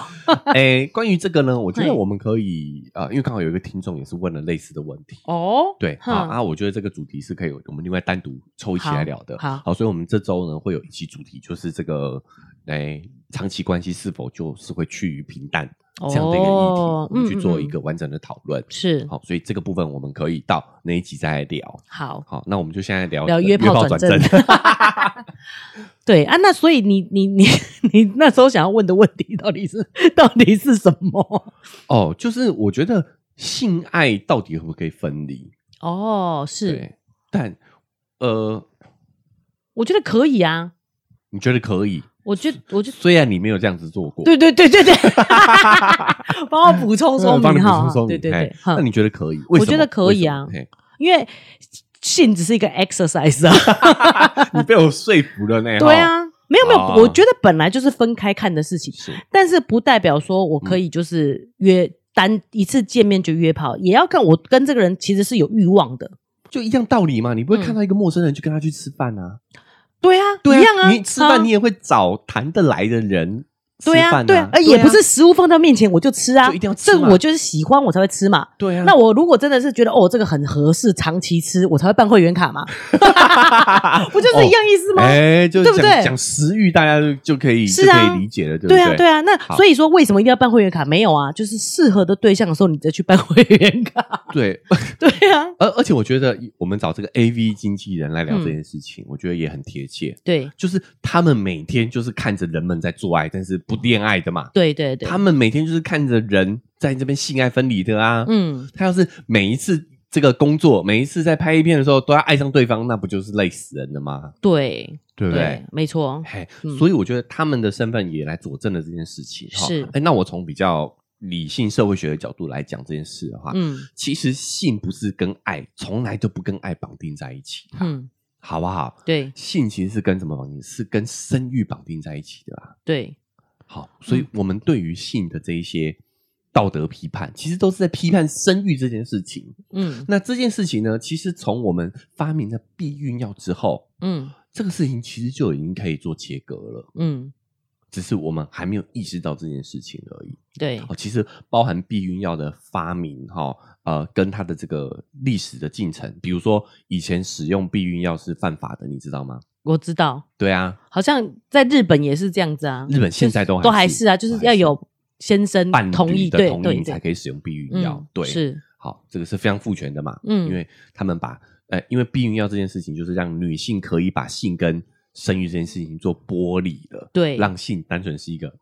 Speaker 1: 哎，关于这个呢，我觉得
Speaker 2: 嘿
Speaker 1: 我们可以啊、呃因为刚好有一个听众也是问了类似的问题。
Speaker 2: 哦，
Speaker 1: 对，好
Speaker 2: 哼
Speaker 1: 啊，我觉得这个主题是可以我们另外单独抽一起
Speaker 2: 好
Speaker 1: 来聊的。
Speaker 2: 好
Speaker 1: 所以我们这周呢会有一期主题，就是这个，哎，长期关系是否就是会趋于平淡这样的一个议题，
Speaker 2: 哦
Speaker 1: 我们去
Speaker 2: 嗯
Speaker 1: 做
Speaker 2: 嗯
Speaker 1: 一个完整的讨论。
Speaker 2: 是
Speaker 1: 好，所以这个部分我们可以到那一集再来聊。
Speaker 2: 好
Speaker 1: 好，那我们就现在聊
Speaker 2: 聊
Speaker 1: 呃
Speaker 2: 约炮
Speaker 1: 转
Speaker 2: 转正。 对啊，那所以你你你你那时候想要问的问题到底是到底是什么？
Speaker 1: 哦，就是我觉得性爱到底可不可以分离？
Speaker 2: 哦，是，
Speaker 1: 对，但呃，
Speaker 2: 我觉得可以啊，
Speaker 1: 你觉得可以？
Speaker 2: 我就我就
Speaker 1: 虽然你没有这样子做 过，
Speaker 2: 对对对对对，帮我补充说
Speaker 1: 我嗯帮你
Speaker 2: 明
Speaker 1: 补
Speaker 2: 哈
Speaker 1: 充，说
Speaker 2: 对
Speaker 1: 明，
Speaker 2: 对
Speaker 1: 嘿
Speaker 2: 对，
Speaker 1: 那
Speaker 2: 哼
Speaker 1: 你觉得可以？为什么
Speaker 2: 觉得可以啊
Speaker 1: 为什么
Speaker 2: 因为性只是一个 exercise 啊，
Speaker 1: 嘿你被我说服了 呢？
Speaker 2: 对
Speaker 1: 哈，
Speaker 2: 啊，没有没有，
Speaker 1: 哦
Speaker 2: 我觉得本来就是分开看的事情，
Speaker 1: 是
Speaker 2: 但是不代表说我可以就是约单一次见面就约炮，也要看我跟这个人其实是有欲望的，
Speaker 1: 就一样道理嘛。你不会
Speaker 2: 嗯
Speaker 1: 看到一个陌生人就跟他去吃饭啊？
Speaker 2: 对啊，
Speaker 1: 对
Speaker 2: 一样啊，
Speaker 1: 你吃
Speaker 2: 啊
Speaker 1: 饭你也会找谈得来的人吃
Speaker 2: 对啊，
Speaker 1: 饭
Speaker 2: 对啊，而也不是食物放到面前我就吃啊，
Speaker 1: 就一定要吃
Speaker 2: 这
Speaker 1: 嘛
Speaker 2: 我就是喜欢我才会吃嘛。
Speaker 1: 对啊。
Speaker 2: 那我如果真的是觉得哦，这个很合适，长期吃，我才会办会员 卡嘛，不就是一样意思吗？
Speaker 1: 哎，就是
Speaker 2: 对不
Speaker 1: 讲
Speaker 2: 对
Speaker 1: 讲食欲，大家就就可以
Speaker 2: 是啊
Speaker 1: 就可以理解了，对不
Speaker 2: 对
Speaker 1: 对
Speaker 2: 啊，对啊，那
Speaker 1: 好
Speaker 2: 所以说为什么一定要办会员卡？没有啊，就是适合的对象的时候，你再去办会 员卡。
Speaker 1: 对，
Speaker 2: 对啊，
Speaker 1: 而而且我觉得我们找这个 A V 经纪人来聊
Speaker 2: 嗯
Speaker 1: 这件事情，我觉得也很贴切。
Speaker 2: 对
Speaker 1: 就是他们每天就是看着人们在做爱，但是不恋爱的嘛。
Speaker 2: 对对对
Speaker 1: 他，们每天就是看着人在这边性爱分离的啊。
Speaker 2: 嗯，
Speaker 1: 他要是每一次这个工作，每一次在拍一片的时候都要爱上对方，那不就是累死人了吗？
Speaker 2: 对
Speaker 1: 对不对？
Speaker 2: 没错，
Speaker 1: 嘿，
Speaker 2: 嗯
Speaker 1: 所以我觉得他们的身份也来佐证了这件事情。哈
Speaker 2: 是
Speaker 1: 哎，那我从比较理性社会学的角度来讲这件事的话，
Speaker 2: 嗯
Speaker 1: 其实性不是跟爱，从来都不跟爱绑定在一起，
Speaker 2: 嗯，
Speaker 1: 好不好？
Speaker 2: 对
Speaker 1: 性其实是跟什么绑定？是跟生育绑定在一起的啊。
Speaker 2: 对，
Speaker 1: 好，所
Speaker 2: 嗯
Speaker 1: 以我们对于性的这一些道德批判，其实都是在批判生育这件事情。
Speaker 2: 嗯
Speaker 1: 那这件事情呢，其实从我们发明了避孕药之后，
Speaker 2: 嗯
Speaker 1: 这个事情其实就已经可以做切割了，
Speaker 2: 嗯，
Speaker 1: 只是我们还没有意识到这件事情而已。
Speaker 2: 对
Speaker 1: 哦，其实包含避孕药的发明，哈、呃，跟它的这个历史的进程，比如说以前使用避孕药是犯法的，你知道吗？
Speaker 2: 我知道，
Speaker 1: 对啊，
Speaker 2: 好像在日本也是这样子啊，
Speaker 1: 日本现在都还
Speaker 2: 都还是啊，就是要有先生
Speaker 1: 伴侣
Speaker 2: 嗯同意，
Speaker 1: 的
Speaker 2: 对
Speaker 1: 同意
Speaker 2: 对
Speaker 1: 你才可以使用避孕药。
Speaker 2: 嗯
Speaker 1: 对，
Speaker 2: 是，
Speaker 1: 好，这个是非常父权的嘛，
Speaker 2: 嗯
Speaker 1: 因为他们把呃，因为避孕药这件事情，就是让女性可以把性跟生育这件事情做剥离了，
Speaker 2: 对
Speaker 1: 让性单纯是一个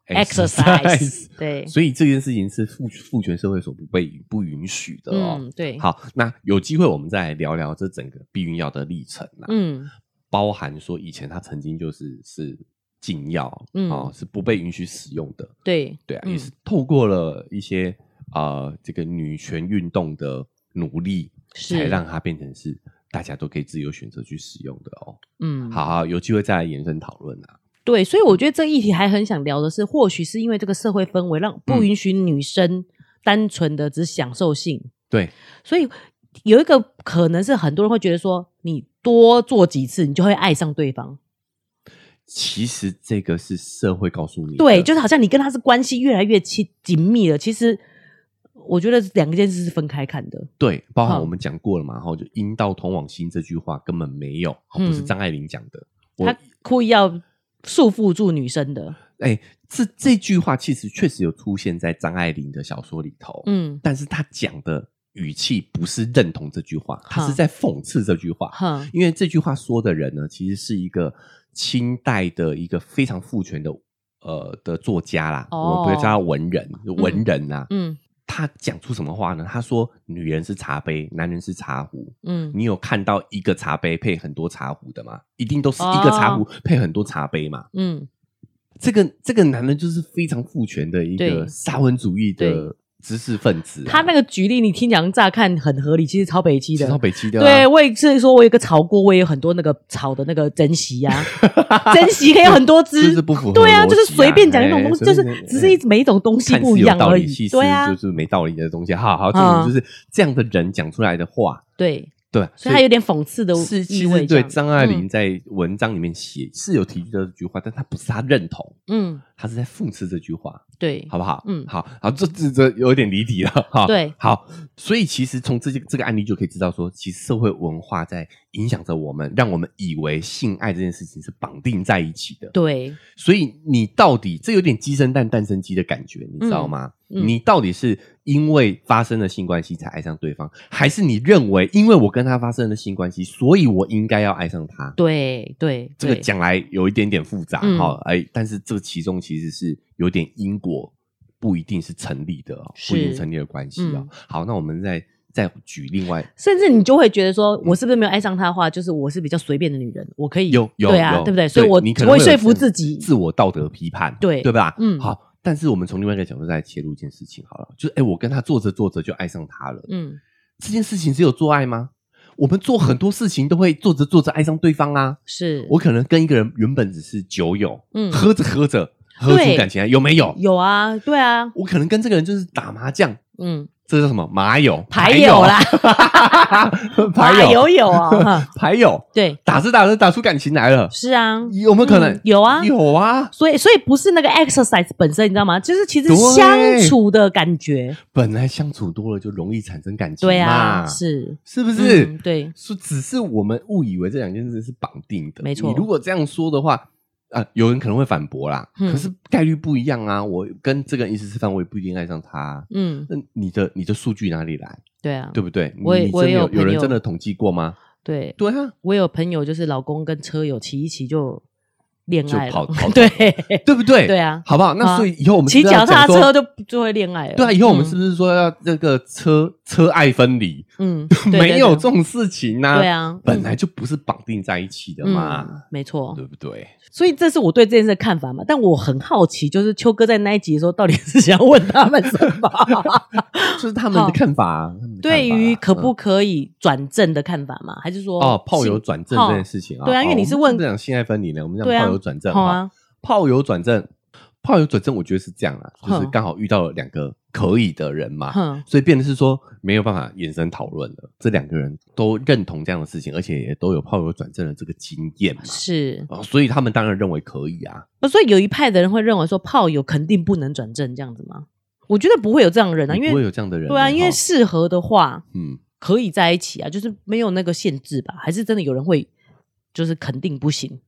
Speaker 2: exercise，对，
Speaker 1: 所以这件事情 是父父权社会所不被不允许的哦。
Speaker 2: 嗯对，
Speaker 1: 好，那有机会我们再来聊聊这整个避孕药的历程啦、
Speaker 2: 嗯
Speaker 1: 包含说以前它曾经就是是禁药，
Speaker 2: 嗯
Speaker 1: 哦，是不被允许使用的，
Speaker 2: 对
Speaker 1: 对啊，
Speaker 2: 嗯
Speaker 1: 也是透过了一些呃这个女权运动的努力，
Speaker 2: 是
Speaker 1: 才让它变成是大家都可以自由选择去使用的哦。
Speaker 2: 嗯
Speaker 1: 好好，有机会再来延伸讨论啊。
Speaker 2: 对，所以我觉得这个议题还很想聊的是，或许是因为这个社会氛围让不
Speaker 1: 嗯
Speaker 2: 允许女生单纯的只享受性，
Speaker 1: 对，
Speaker 2: 所以有一个可能是很多人会觉得说，你多做几次，你就会爱上对方。
Speaker 1: 其实这个是社会告诉你的，
Speaker 2: 对，就是好像你跟他是关系越来越亲紧密了，其实。我觉得两件事是分开看的，
Speaker 1: 对，包含
Speaker 2: 好
Speaker 1: 我们讲过了嘛，然后就阴道通往心这句话根本没有，好不是
Speaker 2: 嗯
Speaker 1: 张爱玲讲的。我
Speaker 2: 他故意要束缚住女生的，
Speaker 1: 哎，这这句话其实确实有出现在张爱玲的小说里头，
Speaker 2: 嗯，
Speaker 1: 但是她讲的语气不是认同这句话，她
Speaker 2: 好
Speaker 1: 是在讽刺这句话。
Speaker 2: 哼，
Speaker 1: 因为这句话说的人呢，其实是一个清代的一个非常父权的呃的作家啦，
Speaker 2: 哦
Speaker 1: 我们不要叫他文人，文人呐、
Speaker 2: 嗯
Speaker 1: 他讲出什么话呢？他说：“女人是茶杯，男人是茶壶。
Speaker 2: 嗯，
Speaker 1: 你有看到一个茶杯配很多茶壶的吗？一定都是一个茶
Speaker 2: 哦
Speaker 1: 壶配很多茶杯嘛。
Speaker 2: 嗯，
Speaker 1: 这个这个男人就是非常父权的一个
Speaker 2: 对
Speaker 1: 沙文主义的
Speaker 2: 对
Speaker 1: 知识分子啊、
Speaker 2: 他那个举例，你听讲乍看很合理，其实超北
Speaker 1: 其
Speaker 2: 极
Speaker 1: 实
Speaker 2: 的，
Speaker 1: 超北七的、啊，
Speaker 2: 对，我也是说，我有一个炒锅，我也有很多那个炒的那个珍惜呀、啊，珍惜可以有很多
Speaker 1: 这
Speaker 2: 只
Speaker 1: 是，不符合、
Speaker 2: 对啊，就是随便讲一种东西，
Speaker 1: 哎
Speaker 2: 就是只是一每一种东西不一样而已
Speaker 1: 看似有道理其，实
Speaker 2: 对啊嗯
Speaker 1: 就，是没道理的东西。好好，重点就是这样的人讲出来的话，
Speaker 2: 对，
Speaker 1: 对，
Speaker 2: 所以他有点讽刺的
Speaker 1: 是
Speaker 2: 意
Speaker 1: 其
Speaker 2: 味
Speaker 1: 实对
Speaker 2: 这样嗯
Speaker 1: 张爱玲在文章里面写是有提及到这句话，但她不是她认同，
Speaker 2: 嗯，嗯，
Speaker 1: 她是在讽刺这句话，
Speaker 2: 对，
Speaker 1: 好不好？
Speaker 2: 嗯
Speaker 1: 好，好，这这这有点离题了哈。
Speaker 2: 对
Speaker 1: 好，所以其实从这些这个案例就可以知道说，其实社会文化在影响着我们，让我们以为性爱这件事情是绑定在一起的。
Speaker 2: 对，
Speaker 1: 所以你到底这有点鸡生蛋蛋生鸡的感觉，你知道吗？
Speaker 2: 嗯
Speaker 1: 你到底是因为发生了性关系才爱上对方，还是你认为因为我跟他发生了性关系，所以我应该要爱上他？
Speaker 2: 对，对，
Speaker 1: 这个
Speaker 2: 对
Speaker 1: 讲来有一点点复杂
Speaker 2: 嗯
Speaker 1: 哈，哎、但是这其中其实是有点因果不一定是成立的哦，
Speaker 2: 是嗯
Speaker 1: 不一定成立的关系哦。好，那我们再再举另外
Speaker 2: 甚至你就会觉得说，我是不是没有爱上他的话，就是我是比较随便的女人，我可以
Speaker 1: 有有
Speaker 2: 对啊，
Speaker 1: 有
Speaker 2: 对不对？所以我
Speaker 1: 你可能
Speaker 2: 我
Speaker 1: 有
Speaker 2: 会说服
Speaker 1: 自
Speaker 2: 自己，
Speaker 1: 自我道德批判，
Speaker 2: 对
Speaker 1: 对吧？
Speaker 2: 嗯
Speaker 1: 好。但是我们从另外一个角度再切入一件事情好了，就是哎、我跟他做着做着就爱上他了。
Speaker 2: 嗯，
Speaker 1: 这件事情只有做爱吗？我们做很多事情都会做着做着爱上对方啊。
Speaker 2: 是
Speaker 1: 我可能跟一个人原本只是酒友，
Speaker 2: 嗯
Speaker 1: 喝着喝着喝出
Speaker 2: 对
Speaker 1: 感情来，有没有？
Speaker 2: 有啊，对啊，
Speaker 1: 我可能跟这个人就是打麻将，
Speaker 2: 嗯，
Speaker 1: 这叫什么麻友？
Speaker 2: 牌友啦，
Speaker 1: 牌
Speaker 2: 啊
Speaker 1: 友
Speaker 2: 有有啊，哈
Speaker 1: 牌友，
Speaker 2: 对，
Speaker 1: 打着打着打出感情来了，
Speaker 2: 是啊，
Speaker 1: 有没有可能
Speaker 2: 嗯？有啊
Speaker 1: 有啊，
Speaker 2: 所以所以不是那个 exercise 本身，你知道吗？就是其实
Speaker 1: 对
Speaker 2: 相处的感觉，
Speaker 1: 本来相处多了就容易产生感情嘛，
Speaker 2: 对啊，是
Speaker 1: 是不是？
Speaker 2: 嗯对，
Speaker 1: 说只是我们误以为这两件事是绑定的，
Speaker 2: 没错
Speaker 1: 你如果这样说的话，啊、有人可能会反驳啦，
Speaker 2: 嗯
Speaker 1: 可是概率不一样啊。我跟这个人一起吃饭，我也不一定爱上他啊。
Speaker 2: 嗯，
Speaker 1: 那你的你的数据哪里来？
Speaker 2: 对啊，
Speaker 1: 对不对？
Speaker 2: 我也
Speaker 1: 你你
Speaker 2: 我
Speaker 1: 真的
Speaker 2: 也有
Speaker 1: 有
Speaker 2: 朋友
Speaker 1: 人真的统计过吗？
Speaker 2: 对，
Speaker 1: 对啊，
Speaker 2: 我有朋友就是老公跟车友骑一骑就恋爱
Speaker 1: 就
Speaker 2: 了
Speaker 1: 跑跑，
Speaker 2: 对
Speaker 1: 对不对？
Speaker 2: 对啊，
Speaker 1: 好不好？那
Speaker 2: 啊
Speaker 1: 所以以后我们
Speaker 2: 骑
Speaker 1: 是不是
Speaker 2: 脚
Speaker 1: 要讲
Speaker 2: 踏
Speaker 1: 说
Speaker 2: 车就就会恋爱了，
Speaker 1: 对啊，以后我们
Speaker 2: 嗯
Speaker 1: 是不是说要那个车车爱分离？
Speaker 2: 嗯，对
Speaker 1: 没有这
Speaker 2: 对
Speaker 1: 种事情呐、
Speaker 2: 对对啊，
Speaker 1: 本来就不是绑定在一起的
Speaker 2: 嗯
Speaker 1: 嘛，
Speaker 2: 嗯没错，
Speaker 1: 对不对？
Speaker 2: 所以这是我对这件事的看法嘛。但我很好奇，就是秋哥在那一集的时候，到底是想要问他们什么？
Speaker 1: 就是他们的
Speaker 2: 好
Speaker 1: 看法啊，他们的看法啊
Speaker 2: 对于可
Speaker 1: 嗯
Speaker 2: 不可以转正的看法嘛？还是说
Speaker 1: 哦炮友转正这件事情啊，
Speaker 2: 哦对啊
Speaker 1: 好
Speaker 2: 因为你是
Speaker 1: 我们
Speaker 2: 问
Speaker 1: 不讲性爱分离呢，我们讲
Speaker 2: 对啊
Speaker 1: 炮友转正
Speaker 2: 好
Speaker 1: 哈，
Speaker 2: 啊，
Speaker 1: 炮友转正，炮友转正，我觉得是这样啊，就是
Speaker 2: 哼
Speaker 1: 刚好遇到了两个可以的人嘛，
Speaker 2: 哼，
Speaker 1: 所以变的是说没有办法延伸讨论了，这两个人都认同这样的事情，而且也都有炮友转正的这个经验嘛，
Speaker 2: 是。
Speaker 1: 哦，所以他们当然认为可以啊，
Speaker 2: 呃所以有一派的人会认为说炮友肯定不能转正这样子吗？我觉得不会有这样的人啊，
Speaker 1: 你
Speaker 2: 因
Speaker 1: 不会
Speaker 2: 为
Speaker 1: 有这样的人
Speaker 2: 对啊，
Speaker 1: 呢
Speaker 2: 因为
Speaker 1: 哈
Speaker 2: 适合的话
Speaker 1: 嗯，
Speaker 2: 可以在一起啊，就是没有那个限制吧？还是真的有人会就是肯定不行？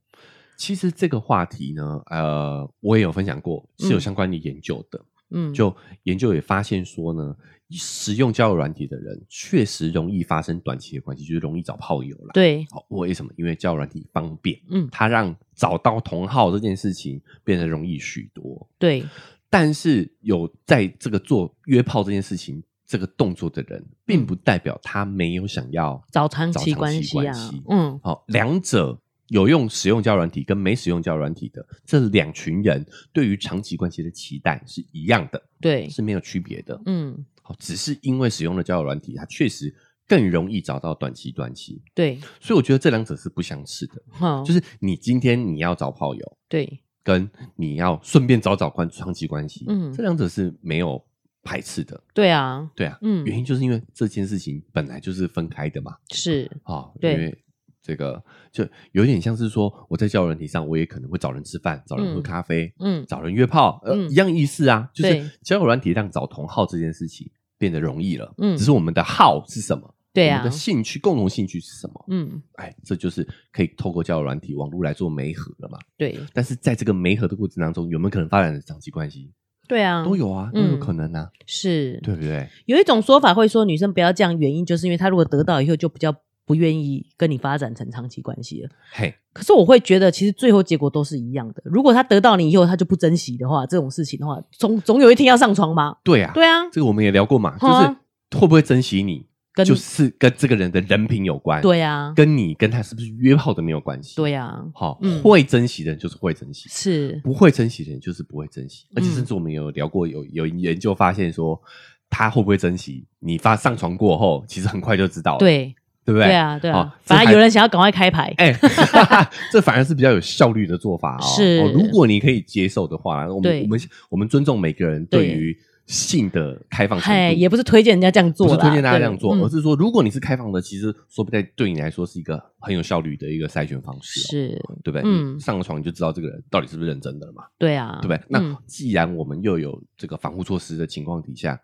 Speaker 1: 其实这个话题呢，呃，我也有分享过，是有
Speaker 2: 嗯
Speaker 1: 相关的研究的。
Speaker 2: 嗯，
Speaker 1: 就研究也发现说呢，使用交友软体的人确实容易发生短期的关系，就是容易找炮友啦。，
Speaker 2: 对，
Speaker 1: 好，为什么？因为交友软体方便，
Speaker 2: 嗯，
Speaker 1: 它让找到同好这件事情变得容易许多。
Speaker 2: 对，
Speaker 1: 但是有在这个做约炮这件事情这个动作的人，并不代表他没有想要
Speaker 2: 嗯早长
Speaker 1: 早
Speaker 2: 期
Speaker 1: 长
Speaker 2: 关
Speaker 1: 期
Speaker 2: 系啊
Speaker 1: 关系，
Speaker 2: 嗯，
Speaker 1: 好，两者有用使用交友软体跟没使用交友软体的这两群人，对于长期关系的期待是一样的，
Speaker 2: 对，
Speaker 1: 是没有区别的。
Speaker 2: 嗯，
Speaker 1: 好，只是因为使用了交友软体，它确实更容易找到短期短期，
Speaker 2: 对，
Speaker 1: 所以我觉得这两者是不相似的。
Speaker 2: 好，
Speaker 1: 就是你今天你要找炮友，
Speaker 2: 对，
Speaker 1: 跟你要顺便找找关长期关系，
Speaker 2: 嗯
Speaker 1: 这两者是没有排斥的。
Speaker 2: 对啊，
Speaker 1: 对啊，
Speaker 2: 嗯
Speaker 1: 原因就是因为这件事情本来就是分开的嘛。
Speaker 2: 是，
Speaker 1: 啊，
Speaker 2: 对
Speaker 1: 因为这个就有点像是说，我在交友软体上，我也可能会找人吃饭，找人喝
Speaker 2: 嗯
Speaker 1: 咖啡，
Speaker 2: 嗯，
Speaker 1: 找人约炮，呃，
Speaker 2: 嗯
Speaker 1: 一样意思啊，就
Speaker 2: 对
Speaker 1: 是交友软体上找同好这件事情变得容易了，
Speaker 2: 嗯
Speaker 1: 只是我们的好是什么，
Speaker 2: 对
Speaker 1: 我
Speaker 2: 啊
Speaker 1: 们的，兴趣共同兴趣是什么，
Speaker 2: 嗯，
Speaker 1: 哎，这就是可以透过交友软体网络来做媒合了嘛。
Speaker 2: 对，
Speaker 1: 但是在这个媒合的过程当中，有没有可能发展长期关系？
Speaker 2: 对啊，
Speaker 1: 都有啊，都有
Speaker 2: 嗯
Speaker 1: 可能啊，
Speaker 2: 是，
Speaker 1: 对不对？
Speaker 2: 有一种说法会说女生不要这样，原因就是因为她如果得到以后就比较不愿意跟你发展成长期关系了。
Speaker 1: 嘿，
Speaker 2: 可是我会觉得，其实最后结果都是一样的。如果她得到你以后，她就不珍惜的话，这种事情的话，总总有一天要上床吧？
Speaker 1: 对啊，
Speaker 2: 对啊，
Speaker 1: 这个我们也聊过嘛，就
Speaker 2: 好啊
Speaker 1: 是会不会珍惜你，
Speaker 2: 跟
Speaker 1: 就是跟这个人的人品有关，，
Speaker 2: 对啊，
Speaker 1: 跟你跟他是不是约炮的没有关系，，
Speaker 2: 对啊，
Speaker 1: 好，
Speaker 2: 嗯
Speaker 1: 会珍惜的人就是会珍惜，
Speaker 2: 是，
Speaker 1: 不会珍惜的人就是不会珍惜，而且
Speaker 2: 嗯
Speaker 1: 甚至我们有聊过，有有研究发现说，他会不会珍惜，你发上床过后，其实很快就知道了，
Speaker 2: 对，
Speaker 1: 对不对？
Speaker 2: 对啊，对
Speaker 1: 好
Speaker 2: 啊。
Speaker 1: 这
Speaker 2: 反
Speaker 1: 还
Speaker 2: 正有人想要赶快开牌，
Speaker 1: 哎、 哈哈，这反而是比较有效率的做法哦。
Speaker 2: 是
Speaker 1: 哦，如果你可以接受的话，我们
Speaker 2: 对
Speaker 1: 我们我们尊重每个人对
Speaker 2: 对
Speaker 1: 于性的开放程
Speaker 2: 嗨，
Speaker 1: 度，
Speaker 2: 也不是推荐人家这样做
Speaker 1: 哎不
Speaker 2: 啦，
Speaker 1: 是推荐大家
Speaker 2: 对
Speaker 1: 这样做，
Speaker 2: 嗯
Speaker 1: 而是说，如果你是开放的，其实说不定对你来说是一个很有效率的一个筛选方式、哦，
Speaker 2: 是，
Speaker 1: 对不对？
Speaker 2: 嗯
Speaker 1: 你上了床你就知道这个人到底是不是认真的了嘛，
Speaker 2: 对啊，
Speaker 1: 对不对？那
Speaker 2: 嗯
Speaker 1: 既然我们又有这个防护措施的情况底下，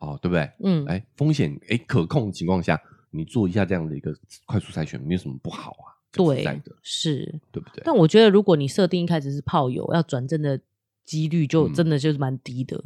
Speaker 1: 哦，对不对？
Speaker 2: 嗯，
Speaker 1: 哎，风险哎可控的情况下，你做一下这样的一个快速筛选，没有什么不好啊，说实在
Speaker 2: 对
Speaker 1: 的，，
Speaker 2: 是。
Speaker 1: 对不对？
Speaker 2: 但我觉得，如果你设定一开始是炮友，要转正的几率就真的就是蛮低的，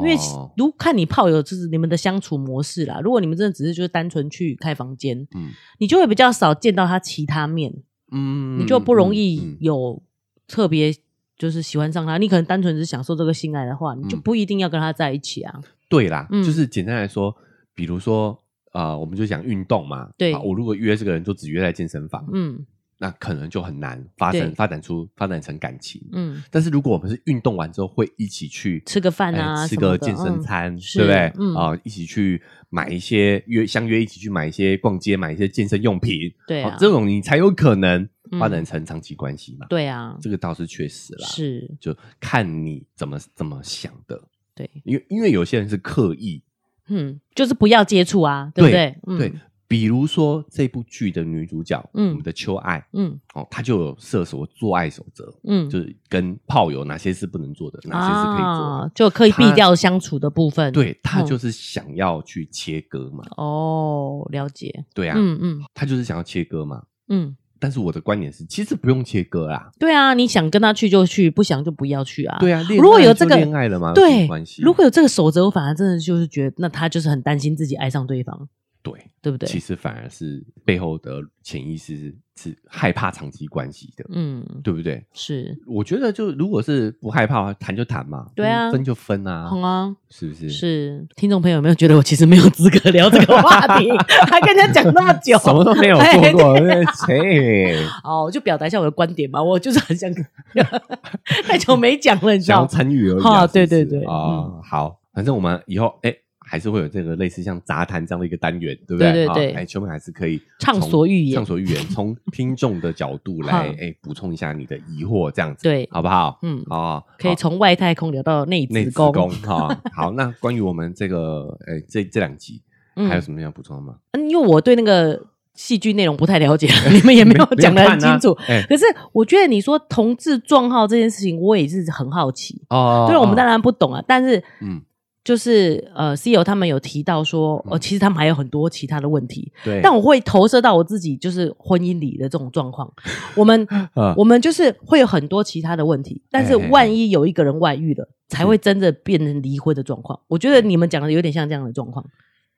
Speaker 2: 因为
Speaker 1: 嗯哦
Speaker 2: 如看你炮友就是你们的相处模式啦。如果你们真的只是就是单纯去开房间，
Speaker 1: 嗯
Speaker 2: 你就会比较少见到他其他面，
Speaker 1: 嗯
Speaker 2: 你就不容易
Speaker 1: 嗯嗯
Speaker 2: 有特别就是喜欢上他。你可能单纯只享受这个性爱的话，你就
Speaker 1: 嗯
Speaker 2: 不一定要跟他在一起啊。
Speaker 1: 对啦，
Speaker 2: 嗯
Speaker 1: 就是简单来说，比如说。啊、我们就讲运动嘛，啊
Speaker 2: 对
Speaker 1: 好我如果约这个人，就只约在健身房，
Speaker 2: 嗯
Speaker 1: 那可能就很难发展
Speaker 2: 对
Speaker 1: 发展出发展成感情。
Speaker 2: 嗯，
Speaker 1: 但是如果我们是运动完之后会一起去
Speaker 2: 吃个饭
Speaker 1: 哎
Speaker 2: 啊，
Speaker 1: 吃
Speaker 2: 什么
Speaker 1: 个
Speaker 2: 的
Speaker 1: 健身
Speaker 2: 嗯
Speaker 1: 餐，
Speaker 2: 是
Speaker 1: 对不对？
Speaker 2: 嗯
Speaker 1: 啊，一起去买一些约相约一起去买一些逛街，买一些健身用品，
Speaker 2: 对啊
Speaker 1: 好，哦这种你才有可能
Speaker 2: 嗯
Speaker 1: 发展成长期关系嘛。
Speaker 2: 对啊，
Speaker 1: 这个倒是确实啦，
Speaker 2: 是，
Speaker 1: 就看你怎么怎么想的，
Speaker 2: 对，
Speaker 1: 因为因为有些人是刻意，
Speaker 2: 嗯，就是不要接触啊，对不对？嗯
Speaker 1: 对，，比如说这部剧的女主角，
Speaker 2: 嗯
Speaker 1: 我们的秋爱，
Speaker 2: 嗯
Speaker 1: 哦，她就有设所做爱守则，
Speaker 2: 嗯，
Speaker 1: 就是跟炮友哪些是不能做的，哪些是可以做
Speaker 2: 啊
Speaker 1: 的。
Speaker 2: 就可以避
Speaker 1: 他
Speaker 2: 掉相处的部分。，
Speaker 1: 对她
Speaker 2: 嗯
Speaker 1: 就是想要去切割嘛，
Speaker 2: 哦，了解。
Speaker 1: 对啊，
Speaker 2: 嗯嗯
Speaker 1: 她就是想要切割嘛。
Speaker 2: 嗯，
Speaker 1: 但是我的观点是，其实不用切割啦，
Speaker 2: 对啊，你想跟他去就去，不想就不要去啊。
Speaker 1: 对啊，恋
Speaker 2: 如果
Speaker 1: 爱
Speaker 2: 有
Speaker 1: 就
Speaker 2: 这个
Speaker 1: 恋爱了嘛，有什么
Speaker 2: 对
Speaker 1: 关系，
Speaker 2: 如果有这个守则，我反而真的就是觉得，那他就是很担心自己爱上对方，
Speaker 1: 对，
Speaker 2: 对不对？
Speaker 1: 其实反而是背后的潜意识是是害怕长期关系的，
Speaker 2: 嗯，
Speaker 1: 对不对？
Speaker 2: 是，
Speaker 1: 我觉得就如果是不害怕谈就谈嘛，
Speaker 2: 对啊
Speaker 1: 嗯分就分啊，
Speaker 2: 好啊。
Speaker 1: 是不是？
Speaker 2: 是，听众朋友有没有觉得我其实没有资格聊这个话题， 还跟人家讲那么久？
Speaker 1: 什么都 没有做
Speaker 2: 哎
Speaker 1: 过，对切，
Speaker 2: 哦，我就表达一下我的观点嘛，我就是很想 太久没讲了，你知
Speaker 1: 想
Speaker 2: 道
Speaker 1: 要
Speaker 2: 吗？
Speaker 1: 参与而已啊。是不是
Speaker 2: 哈哦对对对嗯
Speaker 1: 啊，好，反正我们以后哎。还是会有这个类似像杂谈这样的一个单元，对不
Speaker 2: 对对
Speaker 1: 啊
Speaker 2: 对
Speaker 1: 哎，球迷还是可以
Speaker 2: 畅
Speaker 1: 从
Speaker 2: 所欲言嗯
Speaker 1: 畅所欲言，从听众的角 度
Speaker 2: 哈
Speaker 1: 来，哎，补充一下你的疑惑，这样子，
Speaker 2: 对
Speaker 1: 好不好？
Speaker 2: 嗯，
Speaker 1: 哦，
Speaker 2: 可以
Speaker 1: 好
Speaker 2: 从外太空聊到内
Speaker 1: 内
Speaker 2: 子
Speaker 1: 子宫哈。好，那关于我们这个，哎，这这两集还有
Speaker 2: 嗯，
Speaker 1: 什么要补充的吗？
Speaker 2: 嗯因为我对那个戏剧内容不太 了解，你们也没有讲的很清楚。
Speaker 1: 没有看啊哎，
Speaker 2: 可是我觉得你说同志撞号这件事情，我也是很好奇。
Speaker 1: 哦，
Speaker 2: 对，我们当
Speaker 1: 然，
Speaker 2: 然不懂啊，但是
Speaker 1: 嗯，
Speaker 2: 就是呃，CEO 他们有提到说，
Speaker 1: 嗯
Speaker 2: 呃，其实他们还有很多其他的问题，
Speaker 1: 对，
Speaker 2: 但我会投射到我自己就是婚姻里的这种状 况。我们
Speaker 1: 啊
Speaker 2: 我们就是会有很多其他的问题，但是
Speaker 1: 哎哎哎
Speaker 2: 万一有一个人外遇了，才会真的变成离婚的状况。我觉得你们讲的有点像这样的状况，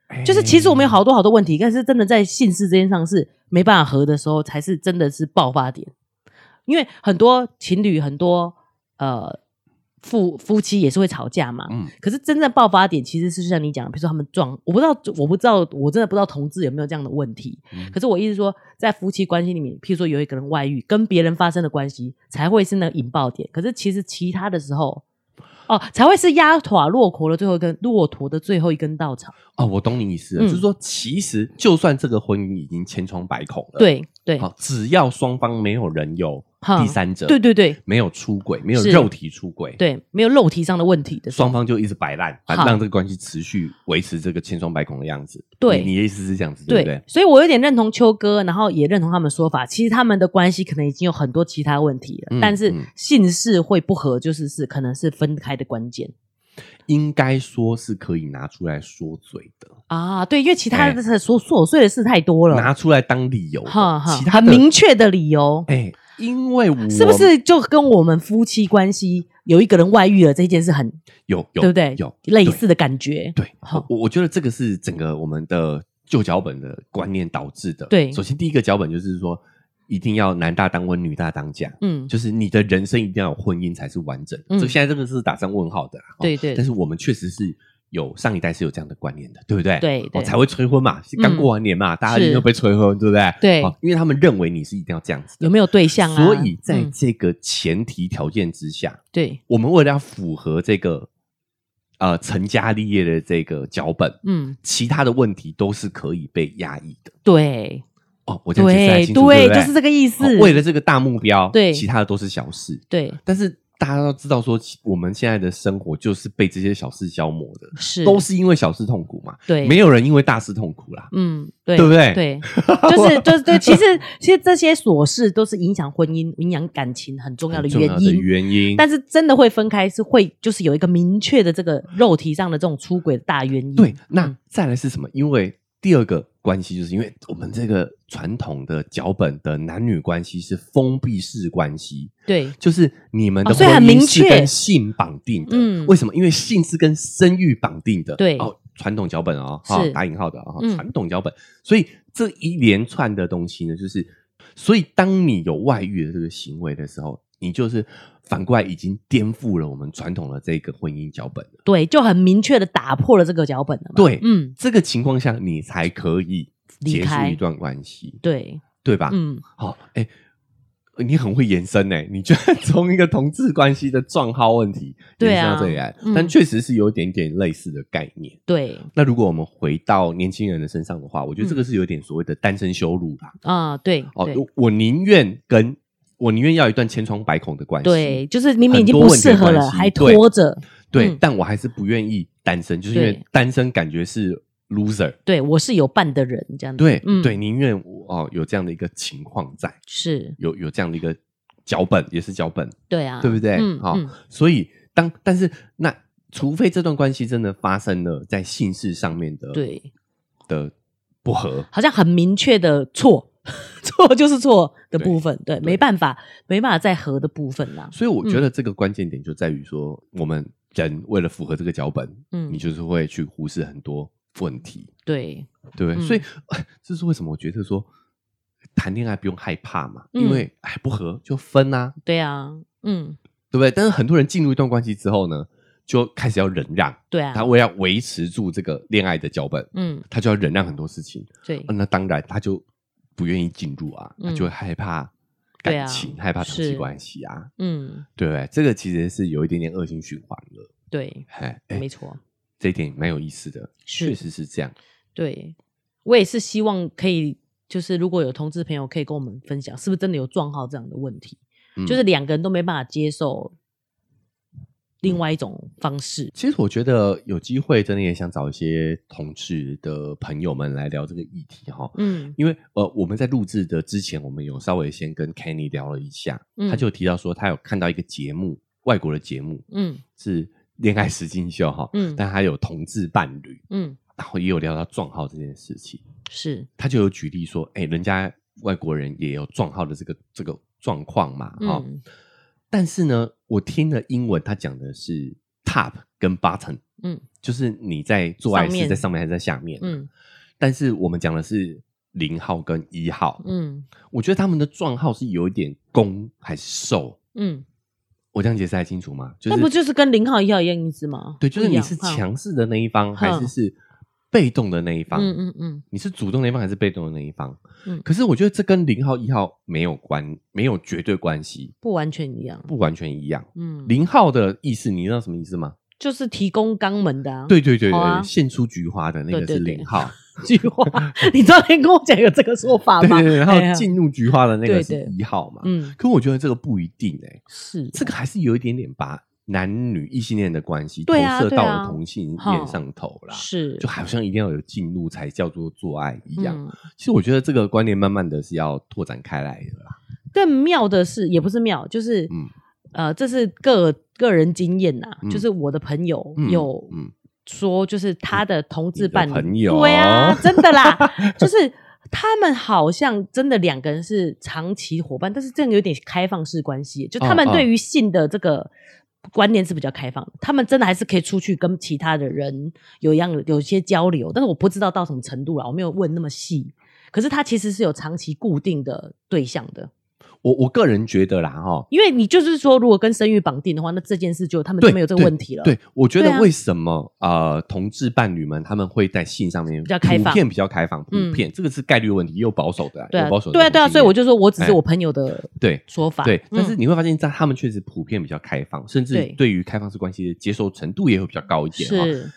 Speaker 1: 哎
Speaker 2: 就是其实我们有好多好多问题，但是真的在性事这件上是没办法合的时候，才是真的是爆发点。因为很多情侣，很多呃夫夫妻也是会吵架嘛。
Speaker 1: 嗯，
Speaker 2: 可是真正爆发点其实是像你讲的，比如说他们撞，我不知道，我不知道，我真的不知道同志有没有这样的问题。
Speaker 1: 嗯
Speaker 2: 可是我意思说，在夫妻关系里面，譬如说有一个人外遇，跟别人发生的关系才会是那个引爆点。可是其实其他的时候，哦，才会是压垮骆驼的最后一根骆驼的最后一根稻草。
Speaker 1: 哦，我懂你意思了，
Speaker 2: 嗯
Speaker 1: 就是说，其实就算这个婚姻已经千疮百孔了，，
Speaker 2: 对对，
Speaker 1: 好，只要双方没有人有
Speaker 2: 哈
Speaker 1: 第三者，
Speaker 2: 对对对
Speaker 1: 没有出轨，没有
Speaker 2: 是
Speaker 1: 肉体出轨，，
Speaker 2: 对，没有肉体上的问题的时候
Speaker 1: 双方就一直摆烂，
Speaker 2: 好
Speaker 1: 反正让这个关系持续维持这个千疮百孔的样子。
Speaker 2: 对
Speaker 1: 你你的意思是这样子，对
Speaker 2: 对
Speaker 1: 不对？
Speaker 2: 所以我有点认同秋哥，然后也认同他们说法。其实他们的关系可能已经有很多其他问题了，
Speaker 1: 嗯
Speaker 2: 但是
Speaker 1: 嗯
Speaker 2: 姓氏会不合，就是是可能是分开的关键
Speaker 1: 啊应该说是可以拿出来说嘴的，
Speaker 2: 啊。对，因为其他
Speaker 1: 哎
Speaker 2: 的琐琐碎的事太多了，
Speaker 1: 拿出来当理由的，
Speaker 2: 哈哈，
Speaker 1: 其他
Speaker 2: 很
Speaker 1: 的
Speaker 2: 明确的理由，
Speaker 1: 哎，因为我
Speaker 2: 是不是就跟我们夫妻关系有一个人外遇了这件事很
Speaker 1: 有有
Speaker 2: 对不对？
Speaker 1: 有
Speaker 2: 类
Speaker 1: 对
Speaker 2: 似的感觉，
Speaker 1: 对，
Speaker 2: 好
Speaker 1: 我我我觉得这个是整个我们的旧脚本的观念导致的。
Speaker 2: 对
Speaker 1: 首先第一个脚本就是说，一定要男大当婚，女大当嫁，
Speaker 2: 嗯，
Speaker 1: 就是你的人生一定要有婚姻才是完整的。
Speaker 2: 嗯
Speaker 1: 这现在这个是打上问号的啦。哦
Speaker 2: 对对
Speaker 1: 但是我们确实是。有上一代是有这样的观念的，对不对？
Speaker 2: 对对嗯
Speaker 1: 哦，才会催婚嘛，刚过完年嘛，大家一定要被催婚，对不对？
Speaker 2: 对
Speaker 1: 哦，因为他们认为你是一定要这样子的，
Speaker 2: 有没有对象啊？
Speaker 1: 所以在
Speaker 2: 嗯
Speaker 1: 这个前提条件之下，
Speaker 2: 对，
Speaker 1: 我们为了要符合这个呃成家立业的这个脚本，
Speaker 2: 嗯，
Speaker 1: 其他的问题都是可以被压抑的。
Speaker 2: 对
Speaker 1: 哦，我这样解释还
Speaker 2: 对
Speaker 1: 清楚对不对，
Speaker 2: 就是这个意思
Speaker 1: 哦。为了这个大目标，
Speaker 2: 对
Speaker 1: 其他的都是小事。
Speaker 2: 对
Speaker 1: 但是大家都知道说，其我们现在的生活就是被这些小事消磨的，
Speaker 2: 是
Speaker 1: 都是因为小事痛苦嘛，
Speaker 2: 对
Speaker 1: 没有人因为大事痛苦啦。
Speaker 2: 嗯，对，
Speaker 1: 对不对
Speaker 2: 对，就是就是对，其实其实这些琐事都是影响婚姻、影响感情很重要的
Speaker 1: 很重
Speaker 2: 原
Speaker 1: 要的
Speaker 2: 因。
Speaker 1: 原因，
Speaker 2: 但是真的会分开，是会就是有一个明确的这个肉体上的这种出轨的大原因。
Speaker 1: 对，那
Speaker 2: 嗯
Speaker 1: 再来是什么？因为第二个关系，就是因为我们这个传统的脚本的男女关系是封闭式关系，
Speaker 2: 对
Speaker 1: 就是你们的
Speaker 2: 哦所
Speaker 1: 婚
Speaker 2: 以很明
Speaker 1: 姻是
Speaker 2: 确
Speaker 1: 跟性绑定的。
Speaker 2: 嗯
Speaker 1: 为什么？因为性是跟生育绑定的。
Speaker 2: 对
Speaker 1: 哦，传统脚本哦，
Speaker 2: 是
Speaker 1: 哈、打引号的啊、哦
Speaker 2: 嗯，
Speaker 1: 传统脚本。所以这一连串的东西呢，就是，所以当你有外遇的这个行为的时候，你就是反过来已经颠覆了我们传统的这个婚姻脚本了。
Speaker 2: 对，就很明确的打破了这个脚本了嘛。
Speaker 1: 对
Speaker 2: 嗯，
Speaker 1: 这个情况下，你才可以
Speaker 2: 离
Speaker 1: 结束
Speaker 2: 开
Speaker 1: 一段关系，
Speaker 2: 对，
Speaker 1: 对吧？
Speaker 2: 嗯，
Speaker 1: 好，哎、你很会延伸哎、 你居然从一个同志关系的账号问题
Speaker 2: 对
Speaker 1: 延
Speaker 2: 啊
Speaker 1: 伸到这里来，
Speaker 2: 嗯
Speaker 1: 但确实是有一点点类似的概念。
Speaker 2: 对，
Speaker 1: 那如果我们回到年轻人的身上的话，我觉得这个是有点所谓的单身羞辱啦。
Speaker 2: 啊，对，嗯对
Speaker 1: 哦，我宁愿跟我宁愿要一段千疮百孔的关系，
Speaker 2: 对，就是明明已
Speaker 1: 很
Speaker 2: 经
Speaker 1: 多
Speaker 2: 不
Speaker 1: 问题
Speaker 2: 适
Speaker 1: 的
Speaker 2: 合
Speaker 1: 关
Speaker 2: 了，
Speaker 1: 系
Speaker 2: 还
Speaker 1: 对
Speaker 2: 拖着。
Speaker 1: 对，
Speaker 2: 嗯
Speaker 1: 但我还是不愿意单身，就是因为
Speaker 2: 对
Speaker 1: 单身感觉是 loser。
Speaker 2: 对我是有伴的人，这样子。
Speaker 1: 对、
Speaker 2: 嗯
Speaker 1: 对，宁愿我哦有这样的一个情况在，
Speaker 2: 是，
Speaker 1: 有有这样的一个脚本，也是脚本，
Speaker 2: 对啊，
Speaker 1: 对不对？
Speaker 2: 嗯，
Speaker 1: 好、
Speaker 2: 嗯
Speaker 1: 所以当但是那除非这段关系真的发生了在性事上面的
Speaker 2: 对，
Speaker 1: 的不合，
Speaker 2: 好像很明确的错， 错就是错的
Speaker 1: 对
Speaker 2: 部分，对，
Speaker 1: 对
Speaker 2: 没办法，没办法再合的部分啦。
Speaker 1: 所以我觉得这个关键点就在于说，我们人为了符合这个脚本，
Speaker 2: 嗯
Speaker 1: 你，就是会去忽视很多问题，
Speaker 2: 对，
Speaker 1: 对不对？
Speaker 2: 嗯
Speaker 1: 所以 这是为什么我觉得说谈恋爱不用害怕嘛，
Speaker 2: 嗯
Speaker 1: 因为哎不合就分啊，
Speaker 2: 对啊，嗯，
Speaker 1: 对不对？但是很多人进入一段关系之后呢，就开始要忍让，
Speaker 2: 对啊
Speaker 1: 他，为了要维持住这个恋爱的脚本，
Speaker 2: 嗯，
Speaker 1: 他就要忍让很多事情。
Speaker 2: 对
Speaker 1: 啊，那当然他就不愿意进入啊，
Speaker 2: 嗯
Speaker 1: 他就会害怕
Speaker 2: 对
Speaker 1: 感
Speaker 2: 啊
Speaker 1: 情，害怕长期
Speaker 2: 是
Speaker 1: 关系啊，
Speaker 2: 嗯，
Speaker 1: 对不对？这个其实是有一点点恶性循环了。
Speaker 2: 对，
Speaker 1: 哎哎
Speaker 2: 没，错，
Speaker 1: 这一点蛮有意思的，确
Speaker 2: 是，
Speaker 1: 实是这样。
Speaker 2: 对，我也是希望可以。就是如果有同志朋友可以跟我们分享，是不是真的有撞号这样的问题？
Speaker 1: 嗯
Speaker 2: 就是两个人都没办法接受
Speaker 1: 嗯
Speaker 2: 另外一种方式。
Speaker 1: 其实我觉得有机会真的也想找一些同志的朋友们来聊这个议题哈、
Speaker 2: 嗯
Speaker 1: 因为呃，我们在录制的之前，我们有稍微先跟 Kenny 聊了一下，
Speaker 2: 嗯
Speaker 1: 他就提到说他有看到一个节目，外国的节目
Speaker 2: 嗯
Speaker 1: 是恋爱实境秀哈、
Speaker 2: 嗯
Speaker 1: 但他有同志伴侣，
Speaker 2: 嗯，
Speaker 1: 然后也有聊到撞号这件事情，
Speaker 2: 是，
Speaker 1: 他就有举例说，哎、人家外国人也有撞号的这个这个状况嘛，哈、
Speaker 2: 嗯
Speaker 1: 但是呢，我听了英文，他讲的是 top 跟 bottom，
Speaker 2: 嗯
Speaker 1: 就是你在做爱
Speaker 2: 上
Speaker 1: 是
Speaker 2: 面
Speaker 1: 在上面还是在下面？
Speaker 2: 嗯
Speaker 1: 但是我们讲的是零号跟一号，
Speaker 2: 嗯
Speaker 1: 我觉得他们的撞号是有一点攻还是受，
Speaker 2: 嗯，
Speaker 1: 我这样解释还清楚吗？就
Speaker 2: 那
Speaker 1: 是
Speaker 2: 不就是跟零号一号一样意思吗？
Speaker 1: 对，就是
Speaker 2: 不一
Speaker 1: 你
Speaker 2: 样
Speaker 1: 是，
Speaker 2: 哈
Speaker 1: 强势的那一方，还是
Speaker 2: 嗯
Speaker 1: 是被动的那一方？
Speaker 2: 嗯嗯嗯
Speaker 1: 你是主动的那一方还是被动的那一方？
Speaker 2: 嗯
Speaker 1: 可是我觉得这跟零号一号没有关，没有绝对关系，
Speaker 2: 不完全一样，
Speaker 1: 不完全一样。
Speaker 2: 嗯，
Speaker 1: 零号的意思你知道什么意思吗？
Speaker 2: 就是提供肛门的、啊，
Speaker 1: 对对对
Speaker 2: 好啊
Speaker 1: 对，献出菊花的那个
Speaker 2: 对
Speaker 1: 是
Speaker 2: 对对
Speaker 1: 零号，
Speaker 2: 菊 花，你昨天跟我讲有这个说法
Speaker 1: 对
Speaker 2: 吗？
Speaker 1: 对对，然
Speaker 2: 哎呀
Speaker 1: 后进入菊花的那个
Speaker 2: 对
Speaker 1: 是
Speaker 2: 对
Speaker 1: 一号嘛。
Speaker 2: 嗯
Speaker 1: 可我觉得这个不一定哎，
Speaker 2: 是
Speaker 1: 这个还是有一点点把男女异性恋的关系投
Speaker 2: 对啊
Speaker 1: 射
Speaker 2: 对
Speaker 1: 到
Speaker 2: 啊
Speaker 1: 了同性
Speaker 2: 哈
Speaker 1: 恋上头啦，
Speaker 2: 是
Speaker 1: 就好像一定要有进入才叫做做爱一
Speaker 2: 一
Speaker 1: 样。其实我觉得这个观念慢慢的是要拓展开来的啦。
Speaker 2: 更妙的是，也不是妙，就是
Speaker 1: 嗯
Speaker 2: 呃，这是个个人经验呐、
Speaker 1: 嗯
Speaker 2: 就是我的朋友
Speaker 1: 嗯
Speaker 2: 有
Speaker 1: 嗯
Speaker 2: 说，就是他的同志伴
Speaker 1: 你
Speaker 2: 侣，
Speaker 1: 的朋友
Speaker 2: 对啊，真 的啦，就是他们好像真的两个人是长期伙伴，但是这样有点开放式关系，就他们
Speaker 1: 哦哦
Speaker 2: 对于性的这个。观念是比较开放的，他们真的还是可以出去跟其他的人有一样有一些交流，但是我不知道到什么程度啦，我没有问那么细。可是他其实是有长期固定的对象的，
Speaker 1: 我我个人觉得啦哈，
Speaker 2: 因为你就是说，如果跟生育绑定的话，那这件事就他们
Speaker 1: 对
Speaker 2: 就没有这个问题了。
Speaker 1: 对，我觉
Speaker 2: 对
Speaker 1: 得
Speaker 2: 啊
Speaker 1: 为什么、呃，同志伴侣们他们会在性上面
Speaker 2: 比较开放
Speaker 1: 普遍比较开放，普
Speaker 2: 嗯
Speaker 1: 遍、这个是概率问题，也有保守的啊，
Speaker 2: 对啊
Speaker 1: 有保守，的
Speaker 2: 对啊，
Speaker 1: 同
Speaker 2: 对啊，
Speaker 1: 性
Speaker 2: 所以我
Speaker 1: 恋
Speaker 2: 就说我只是
Speaker 1: 哎
Speaker 2: 我朋友的
Speaker 1: 对。
Speaker 2: 说法。
Speaker 1: 对，但
Speaker 2: 嗯
Speaker 1: 是你会发现在他们确实普遍比较开放，甚至
Speaker 2: 对
Speaker 1: 对于开放式关系的接受程度也会比较高一点哈、
Speaker 2: 是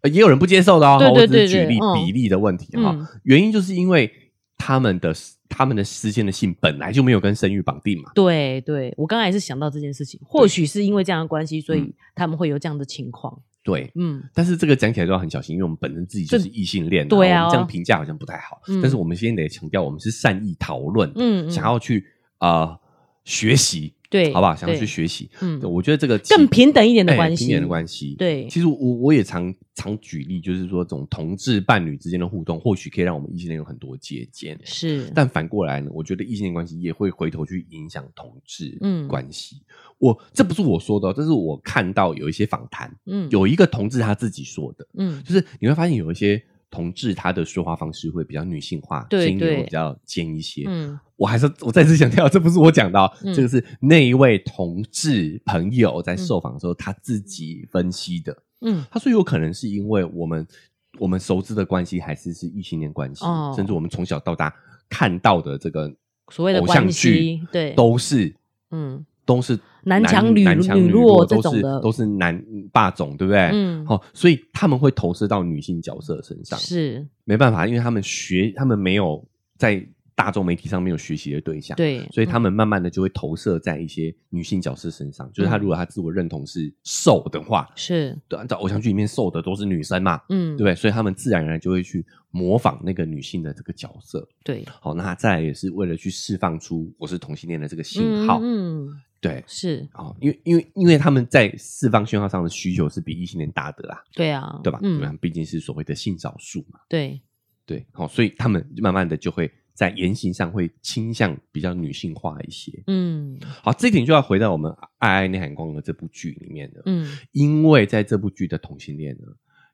Speaker 1: 呃也有人不接受的哦，
Speaker 2: 对对
Speaker 1: 我只是
Speaker 2: 对
Speaker 1: 举
Speaker 2: 对
Speaker 1: 例
Speaker 2: 嗯
Speaker 1: 比例的问题哈、
Speaker 2: 嗯
Speaker 1: 原因就是因为他们的他们的之间的性本来就没有跟生育绑定嘛，
Speaker 2: 对对，我刚才也是想到这件事情，或许是因为这样的关系，所以
Speaker 1: 嗯
Speaker 2: 他们会有这样的情况。
Speaker 1: 对，
Speaker 2: 嗯，
Speaker 1: 但是这个讲起来都要很小心，因为我们本身自己就是异性恋、
Speaker 2: 对啊
Speaker 1: 我们这样评价好像不太好。
Speaker 2: 嗯
Speaker 1: 但是我们先得强调，我们是善意讨论，
Speaker 2: 嗯嗯
Speaker 1: 想要去呃学习，
Speaker 2: 对
Speaker 1: 好不好？想要去
Speaker 2: 对
Speaker 1: 学习，
Speaker 2: 嗯
Speaker 1: 我觉得这个其
Speaker 2: 更平等一点的
Speaker 1: 哎
Speaker 2: 关
Speaker 1: 平
Speaker 2: 系，
Speaker 1: 等的关系。
Speaker 2: 对
Speaker 1: 其实我我也常常举例，就是说这种同志伴侣之间的互动，或许可以让我们异性恋有很多借鉴。
Speaker 2: 是，
Speaker 1: 但反过来呢，我觉得异性恋关系也会回头去影响同志
Speaker 2: 嗯
Speaker 1: 关系。我这不是我说的哦，这是我看到有一些访谈，
Speaker 2: 嗯
Speaker 1: 有一个同志他自己说的。
Speaker 2: 嗯
Speaker 1: 就是你会发现有一些同志他的说话方式会比较女性化，
Speaker 2: 对
Speaker 1: 声音也
Speaker 2: 对
Speaker 1: 会比较尖一些。
Speaker 2: 嗯，
Speaker 1: 我还是我再次强调，这不是我讲的、哦，
Speaker 2: 嗯
Speaker 1: 这个是那一位同志朋友在受访的时候、他自己分析的。
Speaker 2: 嗯，
Speaker 1: 他说有可能是因为我们我们熟知的关系还是是异性恋关系，
Speaker 2: 哦
Speaker 1: 甚至我们从小到大看到的这个
Speaker 2: 所谓的
Speaker 1: 偶像
Speaker 2: 关
Speaker 1: 剧
Speaker 2: 系，对，
Speaker 1: 都是
Speaker 2: 嗯
Speaker 1: 都是
Speaker 2: 男强女
Speaker 1: 男强
Speaker 2: 女
Speaker 1: 女
Speaker 2: 弱
Speaker 1: 弱
Speaker 2: 这
Speaker 1: 都
Speaker 2: 种
Speaker 1: 是
Speaker 2: 的
Speaker 1: 都是男霸总，对不对？
Speaker 2: 嗯，
Speaker 1: 哎好、哦所以他们会投射到女性角色身上，
Speaker 2: 是，
Speaker 1: 没办法，因为他们学，他们没有在大众媒体上没有学习的对象，
Speaker 2: 对，
Speaker 1: 所以他
Speaker 2: 嗯
Speaker 1: 们慢慢的就会投射在一些女性角色身上。就是他
Speaker 2: 嗯
Speaker 1: 如果他自我认同是瘦的话，
Speaker 2: 是，
Speaker 1: 对，啊按照偶像剧里面瘦的都是女生嘛，
Speaker 2: 嗯，
Speaker 1: 对不对？所以他们自然而然就会去模仿那个女性的这个角色。
Speaker 2: 对，
Speaker 1: 好，那他再来也是为了去释放出我是同性恋的这个信号，
Speaker 2: 嗯，嗯
Speaker 1: 对。
Speaker 2: 是
Speaker 1: 哦，因为因为因为他们在释放信号上的需求是比异性恋大的啦，
Speaker 2: 对啊，
Speaker 1: 对吧？因为他
Speaker 2: 嗯，
Speaker 1: 们毕竟是所谓的性少数嘛，
Speaker 2: 对，
Speaker 1: 对，好、所以他们慢慢的就会在言行上会倾向比较女性化一些。
Speaker 2: 嗯
Speaker 1: 好，这一点就要回到我们《爱爱内涵光》的这部剧里面了，
Speaker 2: 嗯，
Speaker 1: 因为在这部剧的同性恋呢，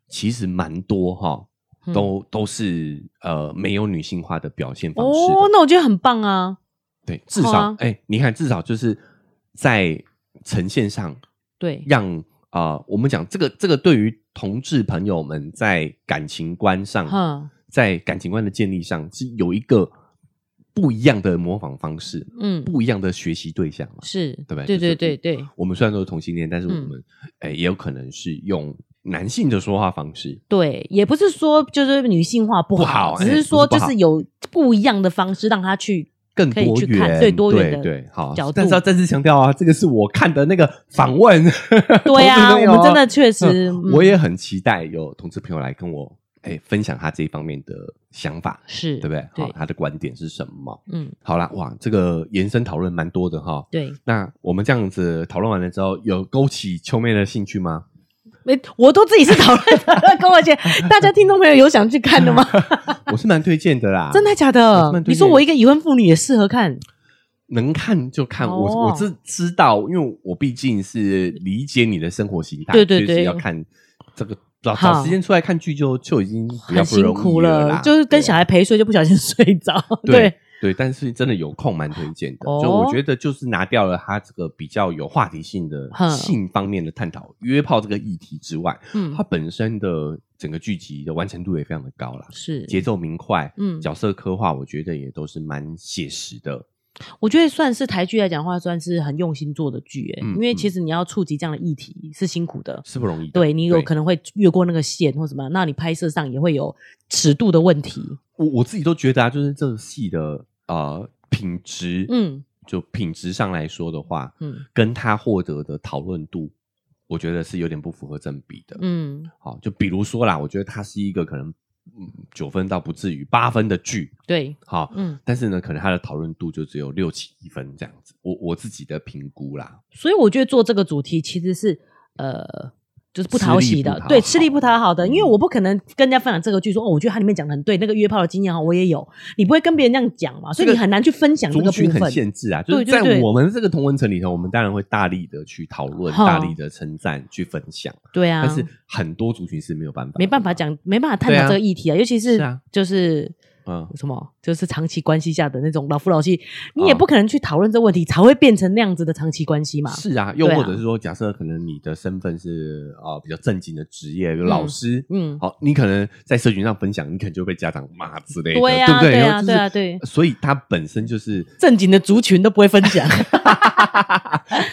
Speaker 1: 其实蛮多哈、
Speaker 2: 嗯
Speaker 1: 都都是呃没有女性化的表现方式的
Speaker 2: 哦，那我觉得很棒啊，
Speaker 1: 对，至
Speaker 2: 好
Speaker 1: 少
Speaker 2: 啊
Speaker 1: 哎、你看，至少就是在呈现上
Speaker 2: 对，
Speaker 1: 让啊，我们讲这个这个对于同志朋友们在感情观上，
Speaker 2: 哈，
Speaker 1: 在感情观的建立上是有一个不一样的模仿方式，
Speaker 2: 嗯，
Speaker 1: 不一样的学习对象嘛。
Speaker 2: 是，
Speaker 1: 对吧
Speaker 2: 对
Speaker 1: 就是
Speaker 2: 对对对，
Speaker 1: 我们虽然都是同性恋，但是我
Speaker 2: 嗯
Speaker 1: 们哎、也有可能是用男性的说话方式，
Speaker 2: 对，也不是说就是女性化不
Speaker 1: 不
Speaker 2: 好，
Speaker 1: 好
Speaker 2: 只
Speaker 1: 哎
Speaker 2: 是说
Speaker 1: 不
Speaker 2: 就是
Speaker 1: 不
Speaker 2: 是
Speaker 1: 好
Speaker 2: 有不一样的方式让她去，
Speaker 1: 更
Speaker 2: 可以
Speaker 1: 多
Speaker 2: 去看
Speaker 1: 元，
Speaker 2: 对多元的
Speaker 1: 对对好
Speaker 2: 角度
Speaker 1: 但是要再次强调啊，这个是我看的那个访问。
Speaker 2: 对啊，
Speaker 1: 哎 同志朋友
Speaker 2: 我们真的确实，
Speaker 1: 嗯
Speaker 2: 嗯
Speaker 1: 我也很期待有同志朋友来跟我哎、分享他这一方面的想法，
Speaker 2: 是，
Speaker 1: 对不对？好，
Speaker 2: 对，
Speaker 1: 他的观点是什么？
Speaker 2: 嗯，
Speaker 1: 好啦，哇，这个延伸讨论蛮多的哈。
Speaker 2: 对，
Speaker 1: 那我们这样子讨论完了之后，有勾起秋妹的兴趣 吗？
Speaker 2: 没，我都自 己是讨论讨论跟我姐，大家听众朋友有想去 看的吗？
Speaker 1: 我是蛮推荐的啦，
Speaker 2: 真的假
Speaker 1: 我
Speaker 2: 的
Speaker 1: 是蛮？推
Speaker 2: 你说
Speaker 1: 荐
Speaker 2: 我一个已婚妇女也适合看，
Speaker 1: 能看就看。
Speaker 2: 哦
Speaker 1: 我我是知道，因为我毕竟是理解你的生活形态，
Speaker 2: 对
Speaker 1: 所
Speaker 2: 对
Speaker 1: 以是
Speaker 2: 对
Speaker 1: 要看这个找
Speaker 2: 好
Speaker 1: 找时间出来看剧就就已经比较
Speaker 2: 很
Speaker 1: 不
Speaker 2: 辛
Speaker 1: 容
Speaker 2: 苦
Speaker 1: 易了啦，
Speaker 2: 就是跟
Speaker 1: 对啊
Speaker 2: 小孩陪睡就不小心 睡着，
Speaker 1: 对
Speaker 2: 对，
Speaker 1: 对，但是真的有空蛮推荐的。
Speaker 2: 哦
Speaker 1: 就我觉得就是拿掉了他这个比较有话题性的
Speaker 2: 哼
Speaker 1: 性方面的探讨，约炮这个议题之外，
Speaker 2: 嗯
Speaker 1: 它，本身的整个剧集的完成度也非常的高啦，
Speaker 2: 是，
Speaker 1: 节奏明快，
Speaker 2: 嗯
Speaker 1: 角色刻画我觉得也都是蛮写实的。
Speaker 2: 我觉得算是台剧来讲的话，算是很用心做的剧，哎，
Speaker 1: 嗯
Speaker 2: 因为其实你要触及这样的议题是辛苦的，
Speaker 1: 是不容易的。
Speaker 2: 对你有
Speaker 1: 对
Speaker 2: 可能会越过那个线或什么样，那你拍摄上也会有尺度的问题。
Speaker 1: 我我自己都觉得啊，就是这个戏的呃品质，
Speaker 2: 嗯
Speaker 1: 就品质上来说的话，
Speaker 2: 嗯
Speaker 1: 跟他获得的讨论度，我觉得是有点不符合正比的。
Speaker 2: 嗯，
Speaker 1: 好，就比如说啦，我觉得它是一个可能嗯九分到不至于八分的剧，
Speaker 2: 对，
Speaker 1: 好，
Speaker 2: 嗯，
Speaker 1: 但是呢，可能它的讨论度就只有六七分这样子，我我自己的评估啦，
Speaker 2: 所以我觉得做这个主题其实是呃。就是不讨喜
Speaker 1: 吃力
Speaker 2: 的
Speaker 1: 不讨，好
Speaker 2: 对，吃力不讨好的，
Speaker 1: 嗯
Speaker 2: 因为我不可能跟人家分享这个剧，说哦，我觉得它里面讲的很对，那个约炮的经验啊，我也有，你不会跟别人这样讲嘛，所以
Speaker 1: 这
Speaker 2: 你
Speaker 1: 个
Speaker 2: 很难去分享这
Speaker 1: 族
Speaker 2: 个部
Speaker 1: 群很
Speaker 2: 分。
Speaker 1: 限制啊，就是
Speaker 2: 对对
Speaker 1: 在
Speaker 2: 对
Speaker 1: 我们这个同文层里头，我们当然会大力的去讨论，
Speaker 2: 哈
Speaker 1: 大力的称赞，去分享，
Speaker 2: 对啊，
Speaker 1: 但是很多族群是没有办法，
Speaker 2: 没办法，讲，没办法探讨
Speaker 1: 对啊
Speaker 2: 这个议题啊，尤其
Speaker 1: 是
Speaker 2: 是
Speaker 1: 啊
Speaker 2: 就是
Speaker 1: 嗯，
Speaker 2: 什么，就是长期关系下的那种老夫老妻，你也
Speaker 1: 啊
Speaker 2: 不可能去讨论这问题，才会变成那样子的长期关系嘛。
Speaker 1: 是啊，又
Speaker 2: 对啊
Speaker 1: 或者是说，假设可能你的身份是啊、呃比较正经的职业，比如老师，
Speaker 2: 嗯
Speaker 1: 好，你可能在社群上分享，你可能就被家长骂之类的，
Speaker 2: 对啊
Speaker 1: 不对？
Speaker 2: 对啊
Speaker 1: 然后就是
Speaker 2: 对啊对
Speaker 1: 所以它本身就是，
Speaker 2: 正经的族群都不会分 享。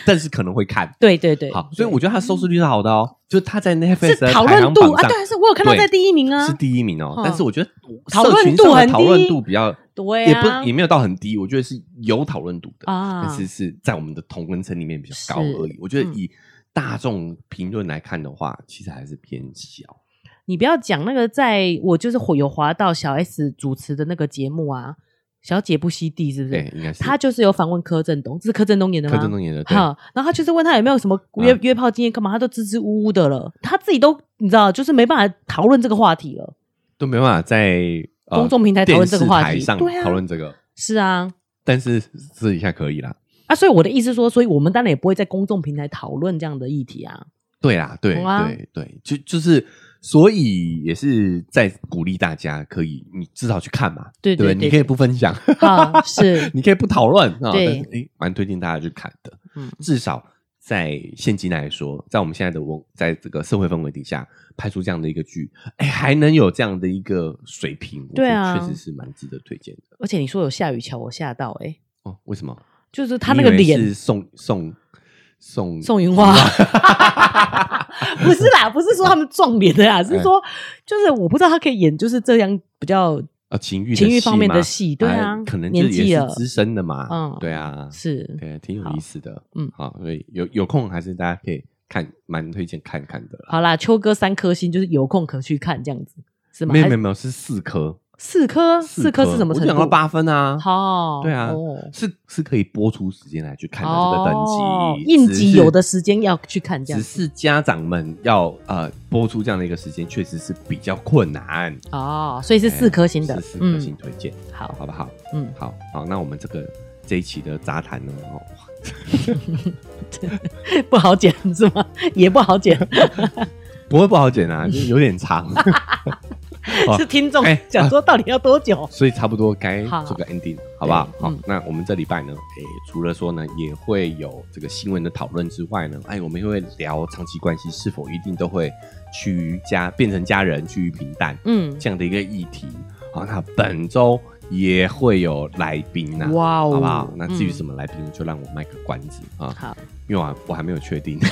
Speaker 1: 但是可能会看。
Speaker 2: 对对对，
Speaker 1: 好，所以我觉得它收视率是好的哦，就是它在
Speaker 2: 是
Speaker 1: Netflix 的
Speaker 2: 讨
Speaker 1: 排
Speaker 2: 论
Speaker 1: 行
Speaker 2: 度
Speaker 1: 榜
Speaker 2: 啊，
Speaker 1: 上
Speaker 2: 对啊，是我有看到
Speaker 1: 对
Speaker 2: 在第一名啊
Speaker 1: 是，第一名哦
Speaker 2: 嗯。
Speaker 1: 但是我觉得
Speaker 2: 讨论
Speaker 1: 社群
Speaker 2: 度
Speaker 1: 上的
Speaker 2: 很
Speaker 1: 讨论
Speaker 2: 低
Speaker 1: 度比较，
Speaker 2: 对
Speaker 1: 也不
Speaker 2: 啊
Speaker 1: 也没有到很低，我觉得是有讨论度的
Speaker 2: 啊
Speaker 1: 但是是在我们的同温层里面比较高
Speaker 2: 是
Speaker 1: 而已。我觉得
Speaker 2: 嗯
Speaker 1: 以大众评论来看的话，其实还是偏小。
Speaker 2: 你不要讲那个，在我就是火有滑到小 S 主持的那个节目啊，小姐不吸地是不
Speaker 1: 对
Speaker 2: 是？，
Speaker 1: 应该是
Speaker 2: 嗯他就是有访问柯震东，这是柯震东演的吗？
Speaker 1: 柯震东演的，对，
Speaker 2: 好，然后他就是问他有没有什么约、
Speaker 1: 啊
Speaker 2: 约炮经验，干嘛他都支支吾吾的了，他自己都你知道，就是没办法讨论这个话题了。
Speaker 1: 都没办法在呃
Speaker 2: 公众平台讨论这个话
Speaker 1: 电视
Speaker 2: 题
Speaker 1: 台上
Speaker 2: 对啊
Speaker 1: 讨论这个，
Speaker 2: 是啊，
Speaker 1: 但是私底下可以啦。
Speaker 2: 啊，所以我的意思说，所以我们当然也不会在公众平台讨论这样的议题啊。
Speaker 1: 对啦，对
Speaker 2: 好啊
Speaker 1: 对对，就就是所以也是在鼓励大家，可以你至少去看嘛，
Speaker 2: 对
Speaker 1: 对
Speaker 2: 对
Speaker 1: 不
Speaker 2: 对
Speaker 1: 你可以不分享，
Speaker 2: 啊，是，
Speaker 1: 你可以不讨论啊，
Speaker 2: 对
Speaker 1: 但是诶，蛮推荐大家去看的。
Speaker 2: 嗯，
Speaker 1: 至少在现今来说，在我们现在的文，在这个社会氛围底下，拍出这样的一个剧，哎，还能有这样的一个水平，我觉得
Speaker 2: 对
Speaker 1: 确
Speaker 2: 啊
Speaker 1: 实是蛮值得推荐的。
Speaker 2: 而且你说有下雨桥，我吓到哎、欸
Speaker 1: 哦，为什么？
Speaker 2: 就是他
Speaker 1: 你
Speaker 2: 那
Speaker 1: 以
Speaker 2: 个
Speaker 1: 为
Speaker 2: 脸
Speaker 1: 是，宋宋宋
Speaker 2: 宋云花，不是啦，不是说他们撞脸的
Speaker 1: 哎
Speaker 2: 啦，是说就是我不知道他可以演就是这样比较
Speaker 1: 啊，情欲的
Speaker 2: 情欲方面
Speaker 1: 吗
Speaker 2: 的戏，对啊
Speaker 1: 哎，可能就
Speaker 2: 年纪
Speaker 1: 也
Speaker 2: 了
Speaker 1: 是，资深的嘛，
Speaker 2: 嗯
Speaker 1: 对啊，
Speaker 2: 是
Speaker 1: 对，挺有意思的，
Speaker 2: 嗯
Speaker 1: 好，所以有有空还是大家可以看，蛮推荐看看的啦。
Speaker 2: 好啦，秋哥三颗星，就是有空可去看这样子，是吗？
Speaker 1: 没有
Speaker 2: 还
Speaker 1: 没
Speaker 2: 是
Speaker 1: 有没有，是四颗，
Speaker 2: 四颗，四颗是什么
Speaker 1: 我
Speaker 2: 程
Speaker 1: 讲到
Speaker 2: 度？
Speaker 1: 八分啊，
Speaker 2: 好，
Speaker 1: 对啊
Speaker 2: 哦
Speaker 1: 是是可以播出时间来去看的这个等级，
Speaker 2: 哦
Speaker 1: 只
Speaker 2: 应急
Speaker 1: 是
Speaker 2: 有的时间要去看这样
Speaker 1: 只是家长们要呃播出这样的一个时间，确实是比较困难。
Speaker 2: 哦，所以是四颗星的
Speaker 1: 哎是，四颗星
Speaker 2: 嗯，
Speaker 1: 推荐，
Speaker 2: 好，
Speaker 1: 好不好？
Speaker 2: 嗯，
Speaker 1: 好好，那我们这个这一期的杂谈呢，哦，
Speaker 2: 不好剪是吗？也不好 剪，
Speaker 1: 不会不好剪啊，就是有点长，
Speaker 2: 是听众
Speaker 1: 哎
Speaker 2: 讲说到底要多久？
Speaker 1: 所以差不多该
Speaker 2: 好
Speaker 1: 做个 ending，好不好？
Speaker 2: 对
Speaker 1: 好
Speaker 2: 嗯，
Speaker 1: 那我们这礼拜呢，诶，除了说呢，也会有这个新闻的讨论之外呢，哎，我们也会聊长期关系是否一定都会趋于家变成家人，趋于平淡
Speaker 2: 嗯，
Speaker 1: 这样的一个议题。好，那本周也会有来宾呐、
Speaker 2: 哇哦
Speaker 1: 好不好？那至于
Speaker 2: 嗯
Speaker 1: 什么来宾，就让我卖个关子啊，
Speaker 2: 好，
Speaker 1: 因为我还我还没有确定。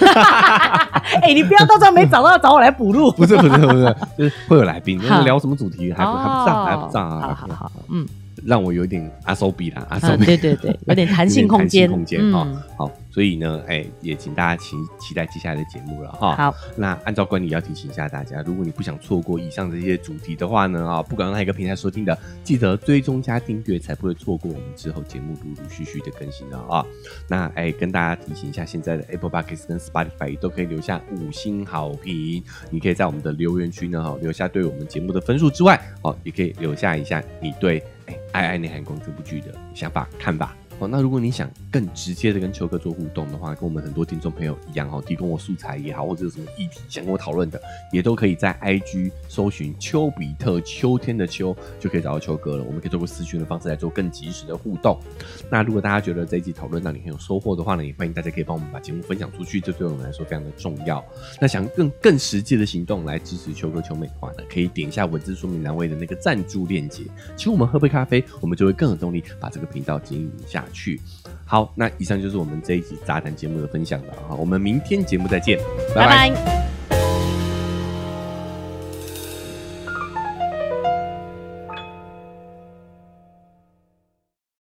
Speaker 2: 哎，你不要到时候没找到找我来补录，
Speaker 1: 不是不是不是，就是会有来宾，
Speaker 2: 好
Speaker 1: 聊什么主 题还不还不知道还不知道
Speaker 2: 哦
Speaker 1: 啊
Speaker 2: 好好好，嗯，
Speaker 1: 让我有点阿手比啦，阿手
Speaker 2: 嗯
Speaker 1: 比、
Speaker 2: 对对对，有点弹性空间，
Speaker 1: 有点弹性空间
Speaker 2: 嗯
Speaker 1: 哦，好，所以呢，哎、也请大家期期待接下来的节目了哈。
Speaker 2: 好，
Speaker 1: 那按照惯例要提醒一下大家，如果你不想错过以上这些主题的话呢，啊、不管哪一个平台收听的，记得追踪加订阅，才不会错过我们之后节目陆陆续续的更新了啊、那哎、跟大家提醒一下，现在的 Apple Podcast 跟 Spotify 都可以留下五星好评，你可以在我们的留言区呢，哈、留下对我们节目的分数之外，哦，也可以留下一下你对哎《爱爱内涵宫》这部剧的想法看法。哦，那如果你想更直接的跟球哥做互动的话，跟我们很多听众朋友一样哦，提供我素材也好，或者有什么议题想跟我讨论的，也都可以在 IG 搜寻丘比特秋天的秋，就可以找到秋哥了。我们可以透过私讯的方式来做更及时的互动。那如果大家觉得这一集讨论让你很有收获的话呢，也欢迎大家可以帮我们把节目分享出去，这对我们来说非常的重要。那想更更实际的行动来支持秋哥秋美的话呢，可以点一下文字说明栏位的那个赞助链接，请我们喝杯咖啡，我们就会更有动力把这个频道经营下去。好，那以上就是我们这一集杂谈节目的分享了哈，我们明天节目再见，拜拜
Speaker 2: 拜拜。